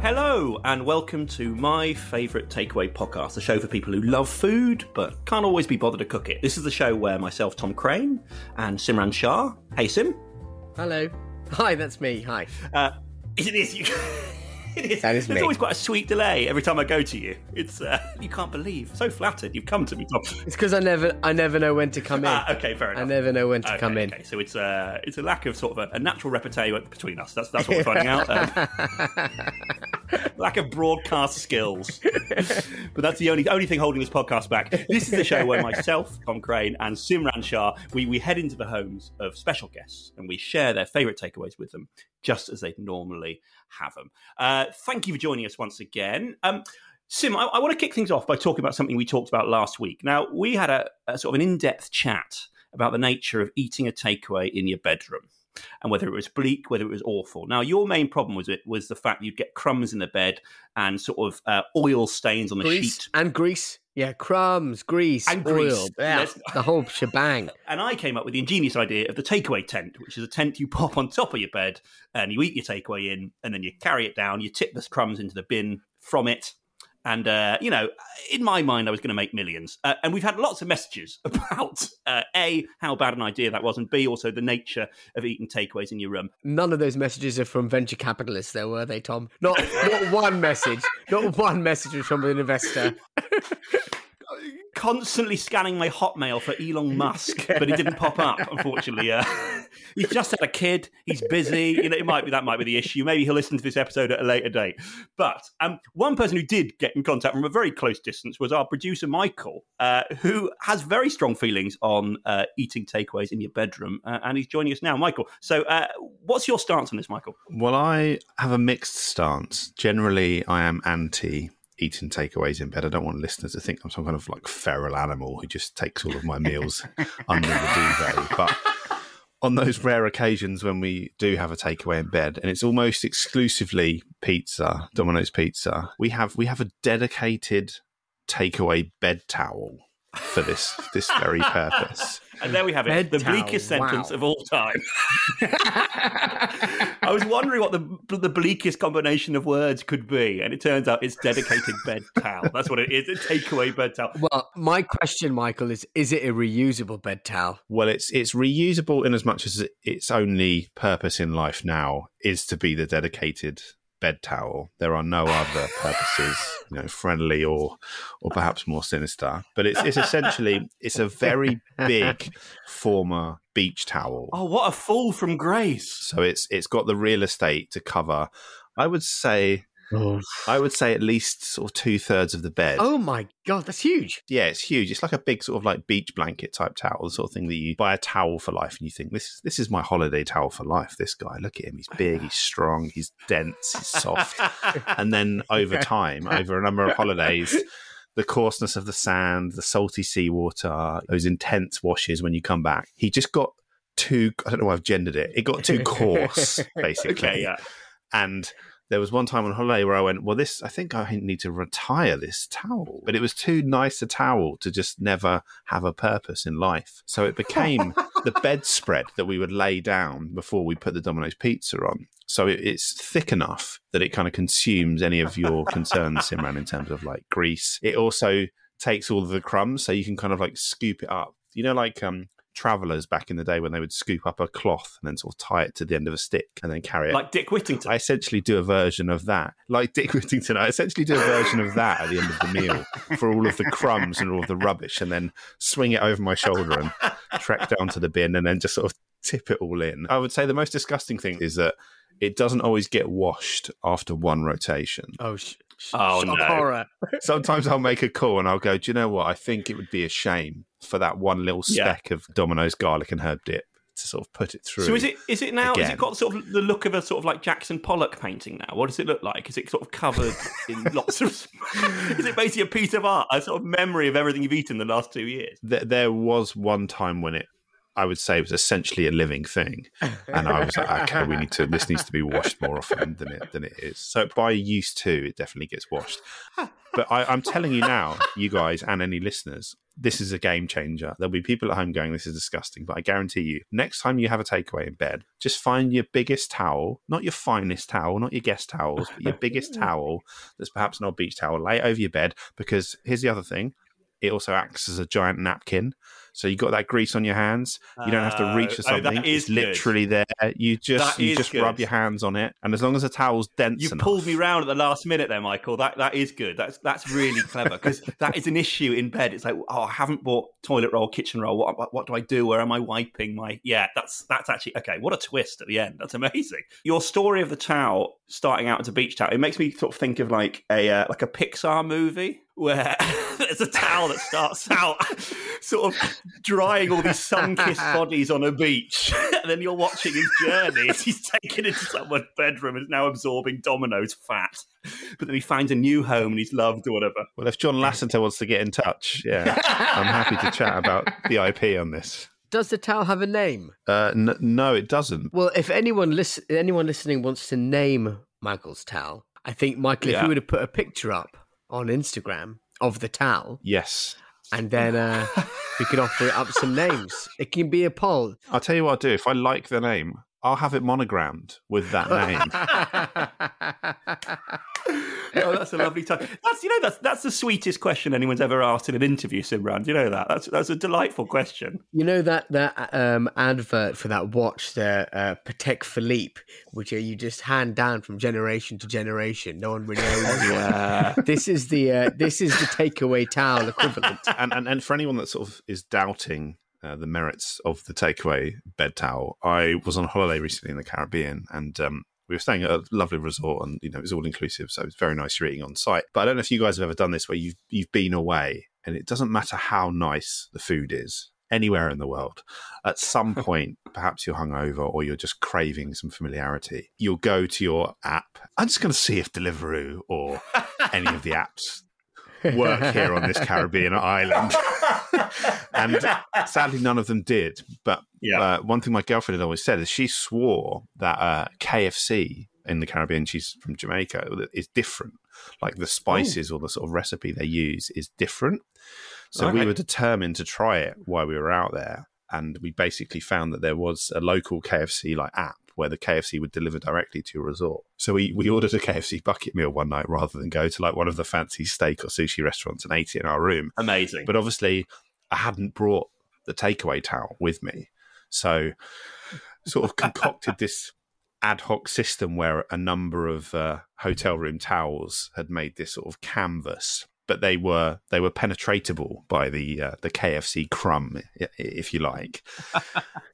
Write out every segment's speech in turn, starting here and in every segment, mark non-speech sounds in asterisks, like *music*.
Hello, and welcome to my favourite takeaway podcast, a show for people who love food but can't always be bothered to cook it. This is the show where myself, Tom Crane, and Simran Shah, hey Sim, Hello. Hi, that's me. Hi. uh, is it this? *laughs* You, it is. That is There's me. always quite a sweet delay every time I go to you. It's uh, *laughs* you can't believe. So flattered you've come to me, Tom. It's because I never, I never know when to come in. Ah, okay, fair enough. I never know when to Okay, come in. Okay, so it's a it's a lack of sort of a, a natural repartee between us. That's that's what we're finding out. *laughs* Um, lack of broadcast skills, but that's the only only thing holding this podcast back. This is the show where myself, Tom Crane, and Simran Shah we we head into the homes of special guests and we share their favourite takeaways with them, just as they'd normally have them. Uh, thank you for joining us once again. Um, Sim, I, I want to kick things off by talking about something we talked about last week. Now, we had a, a sort of an in depth chat about the nature of eating a takeaway in your bedroom and whether it was bleak, whether it was awful. Now, your main problem was it was the fact you'd get crumbs in the bed and sort of uh, oil stains on the Grease sheet. and grease. Yeah, crumbs, grease, And oil, grease. yeah, Let's- the whole shebang. And I came up with the ingenious idea of the takeaway tent, which is a tent you pop on top of your bed and you eat your takeaway in, and then you carry it down, you tip the crumbs into the bin from it. And, uh, you know, in my mind, I was going to make millions. Uh, and we've had lots of messages *laughs* about uh, A, how bad an idea that was, and B, also the nature of eating takeaways in your room. None of those messages are from venture capitalists, though, were they, Tom? Not, *laughs* not one message. Not one message was from an investor. constantly scanning my Hotmail for Elon Musk, but he didn't pop up. Unfortunately, uh, *laughs* he's just had a kid. He's busy. You know, it might be that might be the issue. Maybe he'll listen to this episode at a later date. But um, one person who did get in contact from a very close distance was our producer Michael, uh, who has very strong feelings on uh, eating takeaways in your bedroom, uh, and he's joining us now. Michael, so uh, what's your stance on this, Michael? Well, I have a mixed stance. Generally, I am anti eating takeaways in bed. I don't want listeners to think I'm some kind of like feral animal who just takes all of my meals under the duvet. But on those rare occasions when we do have a takeaway in bed, and it's almost exclusively pizza, Domino's pizza, we have we have a dedicated takeaway bed towel for this this very purpose. And Uh, there we have it. Bed the towel, bleakest sentence wow. of all time. I was wondering what the the bleakest combination of words could be, and it turns out it's dedicated bed towel. That's what it is. A takeaway bed towel. Well, my question, Michael, is: Is it a reusable bed towel? Well, it's it's reusable in as much as its only purpose in life now is to be the dedicated bed towel. There are no other purposes, you know, friendly or or perhaps more sinister. But it's it's essentially it's a very big former beach towel. Oh, what a fall from grace! *laughs* So it's it's got the real estate to cover. I would say Oh, I would say at least sort of two thirds of the bed Oh my god, that's huge! yeah, it's huge. It's like a big sort of like beach blanket type towel, the sort of thing that you buy a towel for life, and you think this this is my holiday towel for life. This guy, look at him, he's big, he's strong, he's dense, he's soft. and then over time, over a number of holidays. The coarseness of the sand, the salty seawater, those intense washes when you come back. He just got too, I don't know why I've gendered it. It got too coarse, basically. Okay, yeah. And there was one time on holiday where I went, well, this, I think I need to retire this towel. But it was too nice a towel to just never have a purpose in life. So it became the bedspread that we would lay down before we put the Domino's pizza on. So it, it's thick enough that it kind of consumes any of your concerns, Simran, in terms of like grease. It also takes all of the crumbs, so you can kind of like scoop it up. You know, like um, travelers back in the day when they would scoop up a cloth and then sort of tie it to the end of a stick and then carry it. Like Dick Whittington. I essentially do a version of that, like Dick *laughs* Whittington. I essentially do a version of that at the end of the meal for all of the crumbs and all of the rubbish, and then swing it over my shoulder and trek down to the bin, and then just sort of tip it all in. I would say the most disgusting thing is that it doesn't always get washed after one *laughs* rotation. Oh, sh- sh- Oh, shock no. horror. Sometimes I'll make a call and I'll go, do you know what? I think it would be a shame for that one little Yeah. speck of Domino's garlic and herb dip to sort of put it through. So is it is it now? Has again. it got sort of the look of a sort of like Jackson Pollock painting now? What does it look like? Is it sort of covered in *laughs* lots of? Is it basically a piece of art, a sort of memory of everything you've eaten the last two years? there, there was one time when it I would say it was essentially a living thing, and I was like, okay, we need to. This needs to be washed more often than it than it is. So by use two, it definitely gets washed. But I, I'm telling you now, you guys and any listeners, this is a game changer. There'll be people at home going, "This is disgusting," but I guarantee you, next time you have a takeaway in bed, just find your biggest towel, not your finest towel, not your guest towels, but your *laughs* biggest towel that's perhaps an old beach towel. Lay it over your bed because here's the other thing: it also acts as a giant napkin. So you got that grease on your hands. You don't have to reach for Oh, oh, that something. is it's good. literally there. You just That you is just good. rub your hands on it, and as long as the towel's dense You enough, pulled me round at the last minute there, Michael. That that is good. That's that's really clever because that is an issue in bed. It's like, oh, I haven't bought toilet roll, kitchen roll. What, what what do I do? Where am I wiping my? Yeah, that's that's actually okay. What a twist at the end. That's amazing. Your story of the towel starting out as a beach towel. It makes me sort of think of like a uh, like a Pixar movie where *laughs* there's a towel that starts out sort of drying all these sun-kissed bodies on a beach *laughs* and then you're watching his journey as he's taken into someone's bedroom and is now absorbing domino's fat but then he finds a new home and he's loved or whatever Well, if John Lasseter wants to get in touch, yeah, I'm happy to *laughs* chat about the IP on this. Does the towel have a name? Uh, n- no, it doesn't. Well, if anyone listen, anyone listening wants to name Michael's towel, I think Michael, if Yeah. you were to put a picture up on Instagram of the towel, Yes, and then uh, we could offer it up some names. It can be a poll. I'll tell you what I'll do. If I like the name, I'll have it monogrammed with that name. oh that's a lovely time that's you know that's that's the sweetest question anyone's ever asked in an interview simran do you know that that's that's a delightful question You know that that um, advert for that watch, the uh, Patek Philippe, which uh, you just hand down from generation to generation. No one really knows. *laughs* yeah. This is the uh, this is the takeaway towel equivalent. and, and and for anyone that sort of is doubting uh, the merits of the takeaway bed towel, I was on holiday recently in the Caribbean, and um, we were staying at a lovely resort, and you know it was all inclusive, so it was very nice. You're eating on site, but I don't know if you guys have ever done this where you've you've been away, and it doesn't matter how nice the food is anywhere in the world. At some point, perhaps you're hungover or you're just craving some familiarity. You'll go to your app. I'm just going to see if Deliveroo or any of the apps work here on this Caribbean island. *laughs* and sadly, none of them did. But Yeah. uh, one thing my girlfriend had always said is she swore that uh, KFC in the Caribbean, she's from Jamaica, is different. Like the Oh. spices or the sort of recipe they use is different. So we Okay. were determined to try it while we were out there. And we basically found that there was a local KFC like app where the KFC would deliver directly to your resort. So we, we ordered a KFC bucket meal one night rather than go to like one of the fancy steak or sushi restaurants and ate it in our room. amazing But obviously, I hadn't brought the takeaway towel with me. So, sort of concocted this ad hoc system where a number of uh, hotel room towels had made this sort of canvas. But they were they were penetratable by the uh, the KFC crumb, i- i- if you like.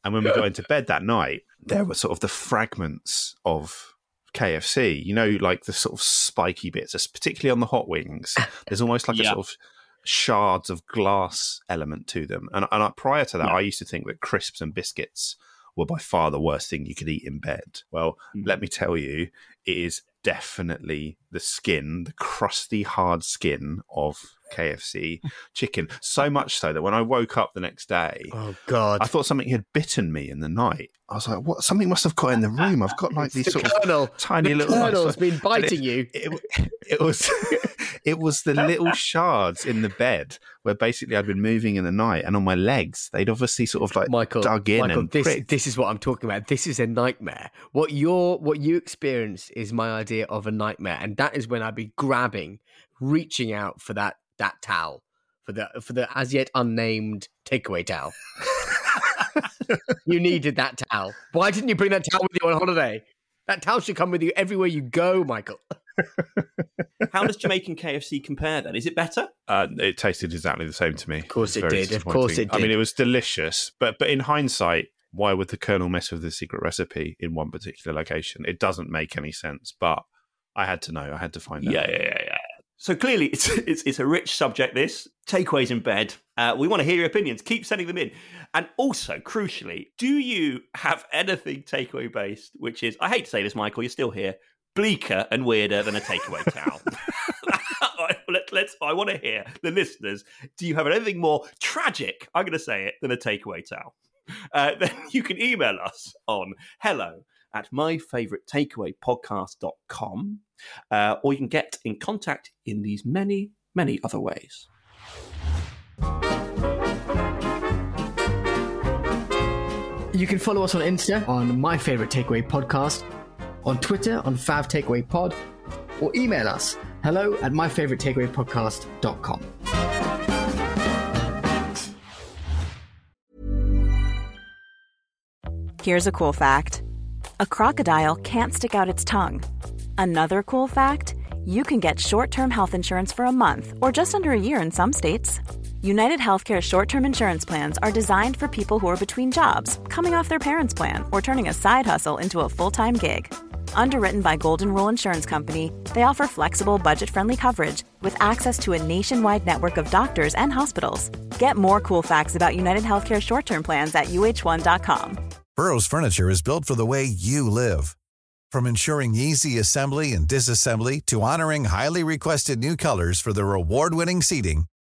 and when we got into bed that night, there were sort of the fragments of KFC. You know, like the sort of spiky bits, es- particularly on the hot wings. There's almost like a Yeah. sort of shards of glass element to them. And, and I, prior to that, I used to think that crisps and biscuits were by far the worst thing you could eat in bed. Well, Hmm. let me tell you, it is definitely the skin, the crusty, hard skin of *laughs* KFC chicken. So much so that when I woke up the next day, Oh God! I thought something had bitten me in the night. I was like, "What? Something must have got in the room. I've got like these the sort of kernel, tiny the little kernel's *laughs* like, been and biting you. It, it was It was the little shards in the bed where basically I'd been moving in the night, and on my legs they'd obviously sort of like Michael, dug in Michael, and this pricked. this is what I'm talking about. This is a nightmare. What your what you experienced is my idea of a nightmare, and that is when I'd be grabbing, reaching out for that that towel, for the for the as yet unnamed takeaway towel. you needed that towel. Why didn't you bring that towel with you on holiday? That towel should come with you everywhere you go, Michael. How does Jamaican KFC compare then? Is it better? Uh, it tasted exactly the same to me. Of course it did, of course it I mean, did. it was delicious, but but in hindsight, why would the Colonel mess with the secret recipe in one particular location? It doesn't make any sense. But I had to know. I had to find out. yeah, yeah, yeah. So clearly, it's *laughs* it's, it's a rich subject. This takeaways in bed. Uh, we want to hear your opinions. Keep sending them in, and also crucially, do you have anything takeaway based? Which is, I hate to say this, Michael, you're still here, bleaker and weirder than a *laughs* takeaway towel. *laughs* Let, let's. I want to hear the listeners. Do you have anything more tragic? I'm going to say it than a takeaway towel. Uh, *laughs* then you can email us on hello at myfavouriteTakeawayPodcast.com uh, or you can get in contact in these many, many other ways. You can follow us on Insta on My Favorite Takeaway Podcast, on Twitter on Fav Takeaway Pod, or email us hello at myfavoritetakeawaypodcast.com. Here's a cool fact a crocodile can't stick out its tongue. Another cool fact you can get short term health insurance for a month or just under a year in some states. United Healthcare short term insurance plans are designed for people who are between jobs, coming off their parents' plan, or turning a side hustle into a full time gig. Underwritten by Golden Rule Insurance Company, they offer flexible, budget friendly coverage with access to a nationwide network of doctors and hospitals. Get more cool facts about United Healthcare short term plans at uh1.com. Burrow's furniture is built for the way you live. From ensuring easy assembly and disassembly to honoring highly requested new colors for their award-winning seating,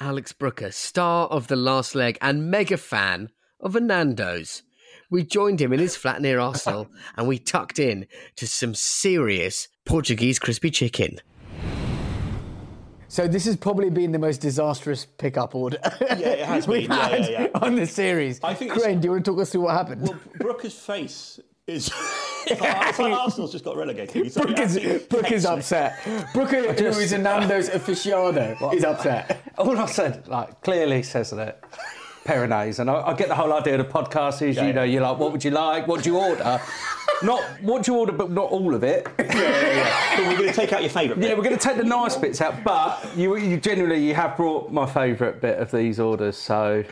Alex Brooker, star of The Last Leg and mega fan of Hernando's. We joined him in his flat near *laughs* Arsenal and we tucked in to some serious Portuguese crispy chicken. So this has probably been the most disastrous pickup order *laughs* it has we've been. Yeah, had *laughs* yeah, yeah. on the series. I think Crane, it's- do you want to talk us through what happened? *laughs* Well, Brooker's face is. *laughs* it's like, it's like Arsenal's just got relegated. He's like, Brooke absolutely is, Brooke is *laughs* petulant. upset. *laughs* Brooker, who is a Nando's aficionado, is upset. *laughs* All I said, like, clearly says that Peronaise. And I, I get the whole idea of the podcast is, you know, you're like, what would you like? What do you order? *laughs* not what do you order, but not all of it. But we're going to take out your favourite. Yeah, bit. we're going to take the nice bits out, but you, you generally you have brought my favourite bit of these orders, so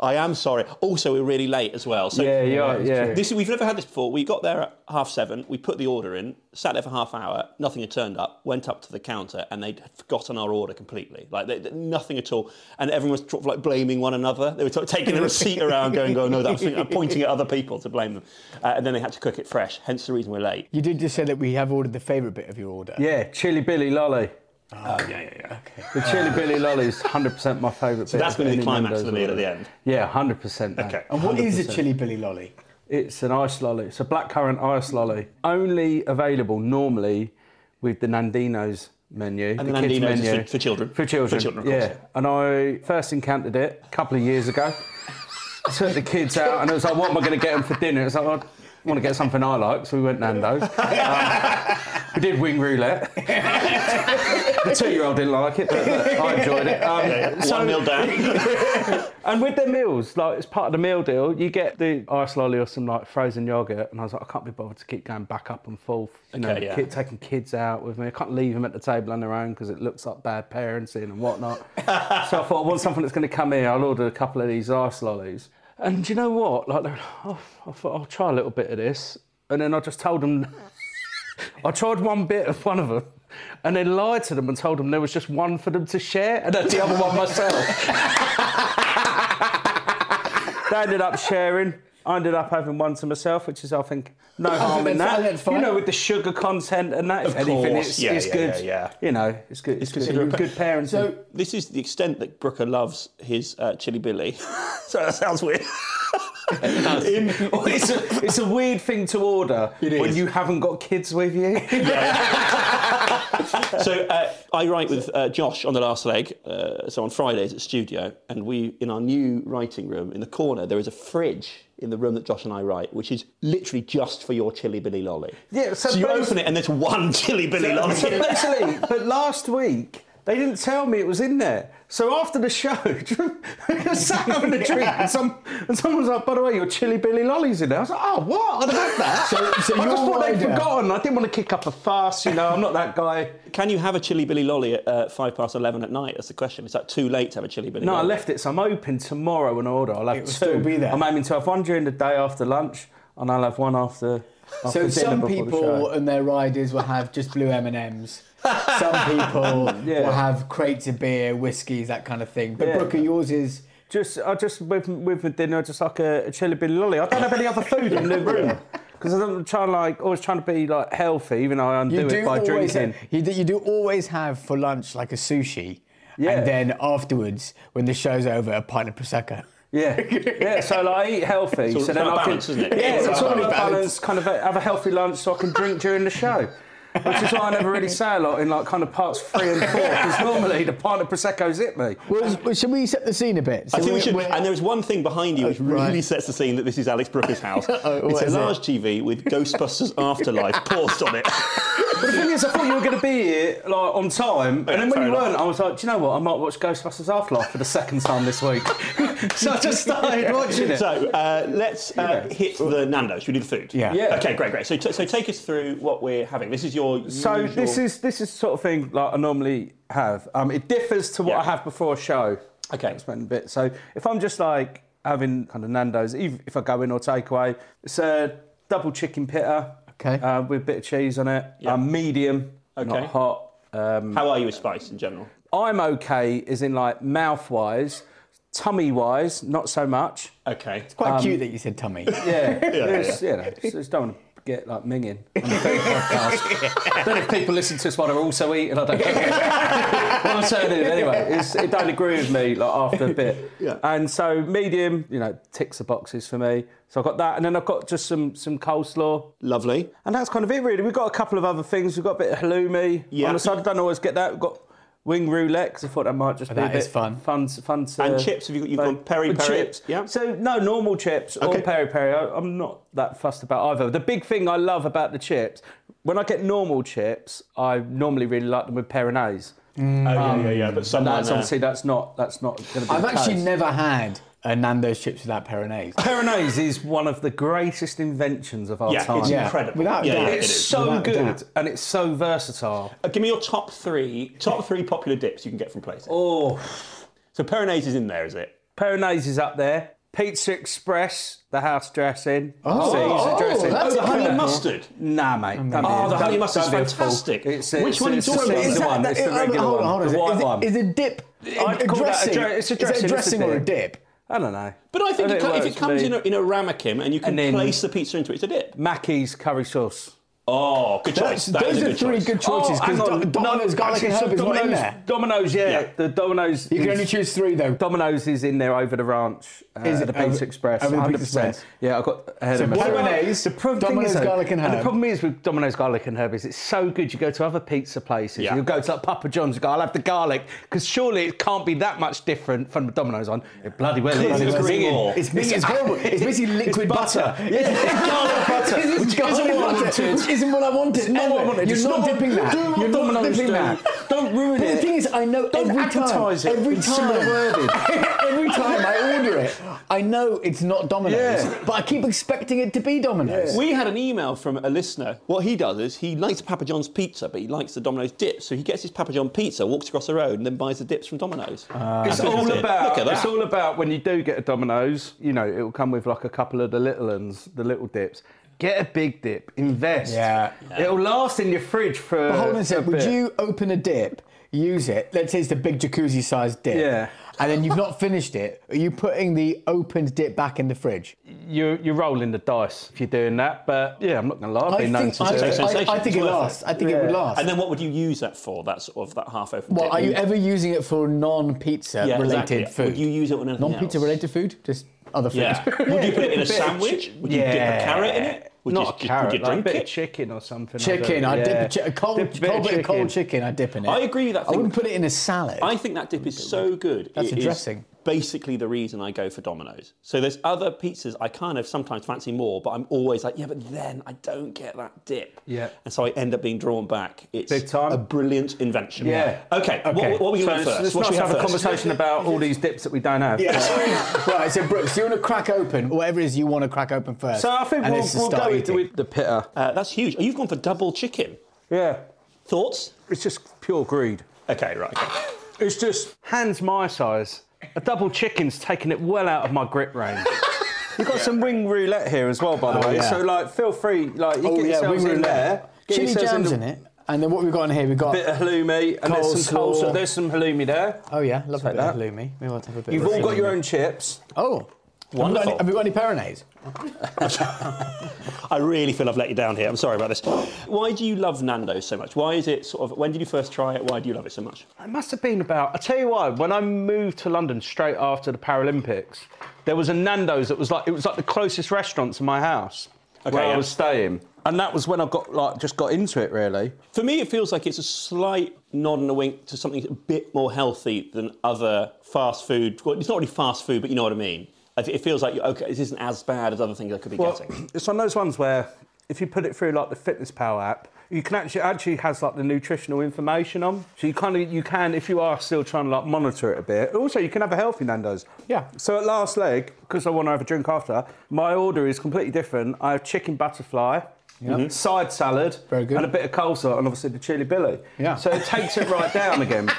I am sorry. Also, we're really late as well. So yeah, you are, yeah. This we've never had this before. We got there at half seven. We put the order in, sat there for half hour. Nothing had turned up. Went up to the counter, and they'd forgotten our order completely. Like they, nothing at all. And everyone was sort of like blaming one another. They were sort of taking the receipt around, going, "Oh no, that's and pointing at other people to blame them." Uh, and then they had to cook it fresh. Hence the reason we're late. You did just say that we have ordered the favourite bit of your order. yeah, chili billy lolly. Oh yeah, yeah, yeah. The chili billy lolly is 100% my Ah. favourite So bit. that's going of to be any the climax of Nando's the meal at order. the end. Yeah, 100%. mate. Okay. And what is a 100%. chili billy lolly? It's an ice lolly. It's a blackcurrant ice lolly. Only available normally with the Nandino's menu. And the kids' Nandinos is for- for children. For children. For children, of yeah. course. And I first encountered it a couple of years ago. Took the kids out and I was like, what am I going to get them for dinner? It's like, I want to get something I like, so we went Nando's. Um, we did wing roulette. the two-year-old didn't like it, but look, I enjoyed it. Um, One nil down. *laughs* and with their meals, like it's part of the meal deal, you get the ice lolly or some like frozen yogurt. And I was like, I can't be bothered to keep going back up and forth. You know, Okay, yeah. kid- taking kids out with me. I can't leave them at the table on their own because it looks like bad parenting and whatnot. so I thought, I want something that's going to come here. I'll order a couple of these ice lollies. And do you know what? Like, they were like, oh, I thought I'll try a little bit of this. And then I just told them, *laughs* I tried one bit of one of them. And then lied to them and told them there was just one for them to share, and then the other one myself. *laughs* They ended up sharing. I ended up having one to myself, which is, I think, no harm in Oh, that's fine, that. that's fine. You know, with the sugar content and that, if Of anything, course, it's, yeah, it's yeah, good. yeah, yeah. You know, it's good. It's, considerate good. pa- Good parenting. So This is the extent that Brooker loves his uh, chili billy. *laughs* so that sounds weird. In- it's, a, it's a weird thing to order when is. you haven't got kids *laughs* with you. *laughs* so uh, I write with uh, Josh on the last leg. Uh, so on Fridays at studio, and we in our new writing room in the corner there is a fridge in the room that Josh and I write, which is literally just for your chili billy lolly. Yeah, so you both- open it and there's one chili billy lolly. So basically, but last week they didn't tell me it was in there. So after the show, *laughs* I was sat having a drink, and, some, and someone was like, "By the way, your chili billy lollies in there." I was like, "Oh, what? I don't have that." So- so I your just thought they'd wider- forgotten. I didn't want to kick up a fuss. You know, I'm not that guy. Can you have a chili billy lolly at uh, five past eleven at night? That's the question. Is that too late to have a chili billy? No, I lolly? left it, so I'm open tomorrow when I order. I'll have It will two. still be there. I'm aiming to have one during the day after lunch, and I'll have one after. after So dinner some before the people show. and their riders will have just blue M and M's. Some people will have crates of beer, whiskies, that kind of thing. But Yeah. Brooker, yours is Just, I just with with my dinner, just like a, a chili billy lolly. I don't have any other food in *laughs* the room because I'm trying like always trying to be like healthy, even though I undo you it do by always drinking. have, you, do- you do always have for lunch like a sushi, Yeah. and then afterwards when the show's over, a pint of prosecco. *laughs* Yeah, yeah. So like, I eat healthy. all- so it's then about I balance, can, isn't it? Yeah, It's it's, all about about balance. balance. Kind of have a healthy lunch so I can drink during the show. Which is why I never really say a lot in like kind of parts three and four because normally the pint of prosecco's hit me. Well, well, should we set the scene a bit? I So think we we're- should. we're- And there's one thing behind you which right. really sets the scene that this is Alex Brooker's *laughs* house. Uh-oh, it's what a is it? large TV with *laughs* Ghostbusters Afterlife paused on it. But the thing is, I thought you were going to be here like on time, and then when fair you enough. weren't, I was like, do you know what? I might watch Ghostbusters Afterlife for the second time this week. *laughs* so *laughs* I just started watching it. So uh, let's uh, hit the Nando. Should we do the food? Yeah. Yeah. Okay, great, great. So, t- so take us through what we're having. This is your. So usual- this is this is the sort of thing like I normally have. Um, it differs to what Yeah. I have before a show. Okay. explain a bit. So if I'm just like having kind of Nando's, even if I go in or takeaway, it's a double chicken pitta. Okay. Uh, with a bit of cheese on it. Um, medium, Okay. not hot. How are you with spice in general? I'm okay, is in like mouth wise, tummy wise, not so much. Okay. quite cute that you said tummy. *laughs* Yeah, there's, you know, so just don't want to get like minging on the *laughs* food podcast. then if people listen to us while they're also eating, I don't care. *laughs* what I'm saying is, anyway, it's, it don't agree with me like after a bit. Yeah. And so medium, you know, ticks the boxes for me. So I've got that, and then I've got just some some coleslaw, Lovely. and that's kind of it really. We've got a couple of other things. We've got a bit of halloumi Yeah. on the side. I don't always get that. We've got. Wing roulette, 'cause I thought that might just be a That bit is fun. fun, to- fun to And chips, have you got- you've got peri and peri, chips. yeah. So no normal chips Okay. or peri peri. I- I'm not that fussed about either. The big thing I love about the chips, when I get normal chips, I normally really like them with peronaise. Oh, yeah, yeah, yeah. But someone. Um, That's uh, obviously that's not that's not going to be. I've the actually case. never had a Nando's chips without Peronaise. Peronaise is one of the greatest inventions of our yeah, time. it's Yeah. incredible. Without a yeah, doubt. yeah, it It's is. so without a good doubt. and it's so versatile. Uh, give me your top three. Top three popular dips you can get from places. Oh, So Peronaise is in there, is it? Peronaise is up there. Pizza Express, the house dressing. Oh, Caesar oh, dressing. that's Oh, the a honey good one. mustard. Nah, mate. don't be- Oh, the honey don't- mustard's don't be a fool. fantastic. It's, Which it's, one are you it's, talking about? It's Is the that- one. It's the hold on, regular um, hold on, hold one. on. The white is, it- one. is it dip? I'd a call that a dressing. dre- it's a Is dressing, it a it's a dressing or a dip. dip? I don't know. But I think it it co- if works it for comes me. in a, in a ramekin and you can And then- place the pizza into it, it's a dip. Mackey's curry sauce. Oh, Oh, good choice. That's, That those is a are good three choice. good choices because hang on. Domino's garlic actually, and so herb is not in Domino's- there. Domino's, yeah. Yeah. The Domino's. You can is- only choose three though. Domino's is in there over the ranch. Uh, Is it the Pizza over- Express? over the Pizza 100%. Express? Yeah, I got ahead So of myself. Bolognese, The problem thing Domino's is, though, garlic and herb. The problem is with Domino's garlic and herb is it's so good. You go to other pizza places. Yeah. You go to like Papa John's. You go, I'll have the garlic because surely it can't be that much different from the Domino's one. It bloody well is. Bloody It's well is. minging. More. It's, it's, it's horrible. It's *laughs* basically liquid butter. Yeah, garlic butter. This is Which garlic isn't what I butter, wanted. which isn't what I wanted. It's not what I ever. wanted. You're It's not, not- dipping that. do what You're not Domino's dipping do. that. Don't ruin but it. The thing is, I know Don't every advertise time. it Every with time. similar wording. *laughs* every time I order it, I know it's not Domino's, Yeah. but I keep expecting it to be Domino's. We had an email from a listener. What he does is he likes Papa John's pizza, but he likes the Domino's dips. So he gets his Papa John pizza, walks across the road, and then buys the dips from Domino's. It's That's all it. about. Look at that. It's all about when you do get a Domino's. You know, it will come with like a couple of the little ones, the little dips. Get a big dip. Invest. Yeah. It'll last in your fridge for. But hold on a sec. Would bit. you open a dip, use it? Let's say it's the big jacuzzi-sized dip. Yeah. and then you've not finished it, are you putting the opened dip back in the fridge? You're, you're rolling the dice if you're doing that, but yeah, I'm not going to lie. I've been known think, to I, do I- it. Sensation. I think It's it worth it. lasts. I think it would last. And then what would you use that for? That sort of that half open. well, are you ever using it for non-pizza Yeah, related exactly. food? Would you use it on anything non-pizza else? related food? Just other food. Yeah. Would you *laughs* put it in a sandwich? Would you dip a Yeah. carrot in it? Would not you, a Would carrot, you like a drink bit of it? chicken or something. Chicken. I I'd do, yeah. dip a, chi- a cold, Dip a bit cold of bit of cold chicken. I dip in it. I agree with that I thing. wouldn't put it in a salad. I think that dip is so good. That's It a is dressing. Basically, the reason I go for Domino's. So there's other pizzas I kind of sometimes fancy more, but I'm always like, yeah, but then I don't get that dip. Yeah. And so I end up being drawn back. It's Big time. a brilliant invention. Yeah. Okay. What, what are we going so to it's- first? It's What nice should we to have a first? conversation about all these dips that we don't have. *laughs* right, so Brooks, do you want to crack open whatever it is you want to crack open first? *laughs* So I think and we'll, this is we'll start go with, eating. with the pitter. *laughs* Uh, that's huge. Oh, You've gone for double chicken. Yeah, Thoughts? it's just pure greed. Okay. Right. *laughs* okay. It's just hands my size. A double chicken's taking it well out of my grip *laughs* range. You've got some wing roulette here as well, by the Oh, way. yeah. So like, feel free, like you Oh get yeah, yourselves wing in there. roulette. get Chili yourselves jams the- in it, and then what we've got in here, we've got. Bit of halloumi, and there's some coleslaw. Coleslaw. There's some halloumi there. oh yeah, love a Take bit that. of halloumi. We want to have a bit. You've of all got your halloumi. own chips. Oh, Wonderful. Have we got any, have we got any Peronaise? I really feel I've let you down here. I'm sorry about this. Why do you love Nando's so much? Why is it sort of? When did you first try it? Why do you love it so much? It must have been about. I tell you what. When I moved to London straight after the Paralympics, there was a Nando's that was like it was like the closest restaurant to my house Okay, where yeah. I was staying, and that was when I got like just got into it really. For me, it feels like it's a slight nod and a wink to something a bit more healthy than other fast food. Well, it's not really fast food, but you know what I mean. I th- It feels like okay, this isn't as bad as other things I could be Well, getting. *clears throat* it's one of those ones where if you put it through like the Fitness Power app, you can actually actually has like the nutritional information on. So you kind of you can if you are still trying to like monitor it a bit. Also, you can have a healthy Nando's. Yeah. So at last leg, because I want to have a drink after, my order is completely different. I have chicken butterfly. Side salad Mm-hmm. Very good. and a bit of coleslaw and obviously the chili billy. Yeah. So it takes it right down *laughs* again.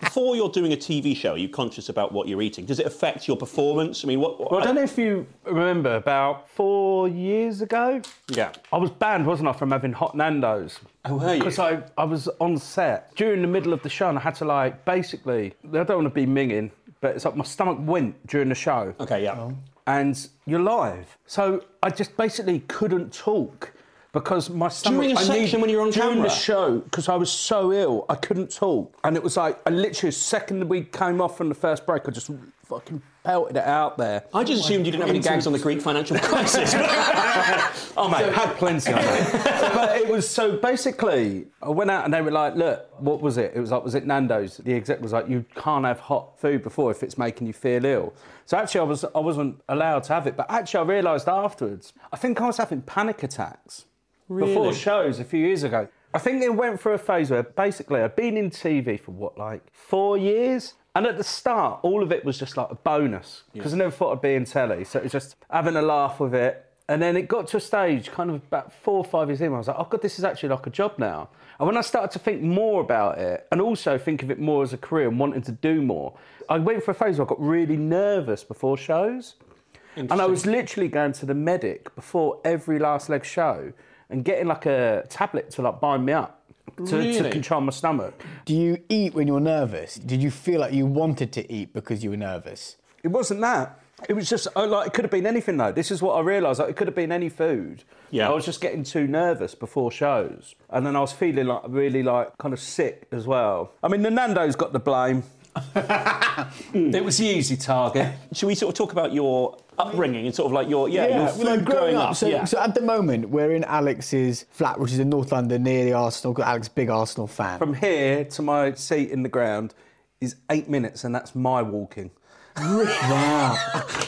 Before you're doing a TV show, are you conscious about what you're eating? Does it affect your performance? I mean, what? what Well, I don't know if you remember about four years ago. Yeah. I was banned, wasn't I, from having hot Nando's. Oh, were you? Because I, I was on set during the middle of the show and I had to, like, basically, I don't want to be minging, but it's like my stomach went during the show Okay, yeah. and you're live. So I just basically couldn't talk because my stomach. During a I section when you're on during camera? the show because I was so ill, I couldn't talk, and it was like I literally the second the week came off from the first break, I just fucking pelted it out there. I just assumed you didn't have any gags on the Greek financial crisis. Oh mate, had plenty of it. *laughs* but it was so basically, I went out and they were like, "Look, what was it? It was like, was it Nando's?" The exec was like, "You can't have hot food before if it's making you feel ill." So actually, I was I wasn't allowed to have it. But actually, I realised afterwards, I think I was having panic attacks before shows a few years ago. I think it went through a phase where basically I'd been in TV for what, like four years? And at the start, all of it was just like a bonus because I never thought I'd be in telly. So it was just having a laugh with it. And then it got to a stage, kind of about four or five years in, where I was like, oh God, this is actually like a job now. And when I started to think more about it and also think of it more as a career and wanting to do more, I went for a phase where I got really nervous before shows. And I was literally going to the medic before every last leg show and getting like a tablet to like bind me up to, to control my stomach. Do you eat when you're nervous? Did you feel like you wanted to eat because you were nervous? It wasn't that. It was just oh, like it could have been anything though. This is what I realised. Like, it could have been any food. Yeah. I was just getting too nervous before shows, and then I was feeling like really like kind of sick as well. I mean, the Nando's got the blame. It was the easy target. Should we sort of talk about your upbringing and sort of like your yeah, your food well, like, growing up? So, yeah. so at the moment, we're in Alex's flat, which is in North London, near the Arsenal. Got Alex, big Arsenal fan. From here to my seat in the ground is eight minutes, and that's my walking. *laughs* wow,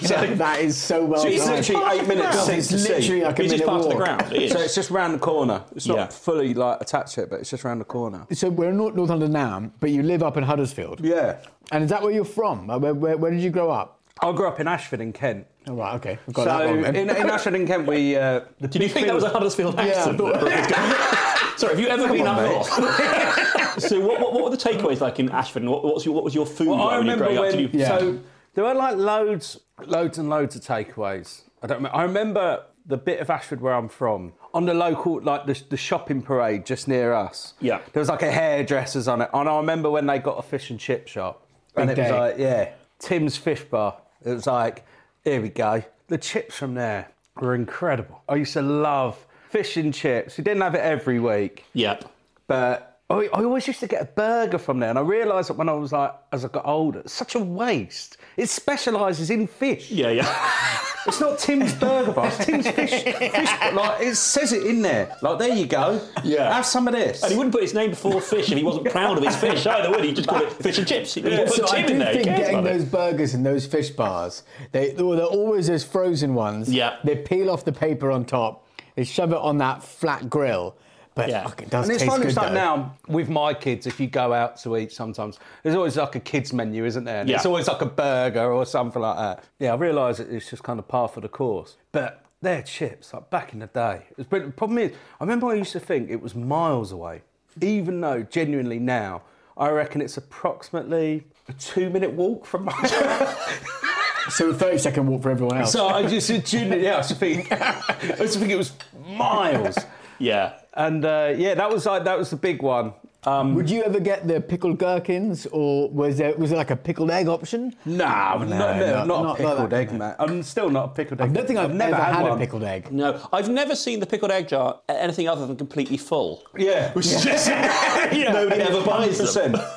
So- that is so well So it's done. literally eight minutes God, seat It's to seat. literally like a It's minute just part of walk. the ground. It is. So it's just round the corner. It's not Yeah. fully like attached to it, but it's just round the corner. So we're in North North London now, but you live up in Huddersfield. Yeah. And is that where you're from? Like, Where, where, where did you grow up? I grew up in Ashford in Kent. All right, okay, I've got so that wrong then. in, in Ashford in Kent, we uh, the Did you big think that was a field- Huddersfield accent? *laughs* I thought- that- Sorry, have you ever been on, up mate. *laughs* north? so, what, what, what were the takeaways like in Ashford? And what, what's your, what was your food Well, like I when you were remember growing up? when. Did you, Yeah. So there were like loads, loads and loads of takeaways. I don't. Remember, I remember the bit of Ashford where I'm from on the local, like the, the shopping parade just near us. Yeah. There was like a hairdressers on it, and I remember when they got a fish and chip shop. and Big it was day. like, yeah, Tim's fish bar. It was like, here we go. The chips from there were incredible. I used to love fish and chips. We didn't have it every week, Yep. but I, I always used to get a burger from there. And I realised that when I was like, as I got older, it's such a waste. It specialises in fish. Yeah, yeah. It's not Tim's Burger Bar. It's Tim's Fish. fish bar. Like it says it in there. Like there you go. Yeah. Have some of this. And he wouldn't put his name before fish if he wasn't proud of his fish either, would he? He'd just call it fish and chips. He put So I Tim do in there. He think cares getting about those it. burgers and those fish bars, they, well, they're always those frozen ones. Yeah. They peel off the paper on top, they shove it on that flat grill, but Yeah. fuck, it does And it's taste funny good it's like though. now with my kids, if you go out to eat sometimes, there's always like a kids menu, isn't there? And Yeah. It's always like a burger or something like that. Yeah, I realise that it's just kind of par for the course. But their chips, like back in the day, it was brilliant. The problem is, I remember I used to think it was miles away, even though genuinely now, I reckon it's approximately a two minute walk from my. *laughs* So a 30 second walk for everyone else. so I just tuned it out. I used to think, *laughs* I used to think it was miles. Yeah. And uh, yeah, that was like, that was the big one. Um, Would you ever get the pickled gherkins, or was there was it like a pickled egg option? No, no, no, no, not, not- a pickled not- egg, man. I'm still not a pickled egg. I don't think I've, never ever had, a one. pickled egg. No, I've never seen the pickled egg jar a- anything other than completely full. *laughs* Yeah. Which is just *laughs* nobody ever buys them. 100%.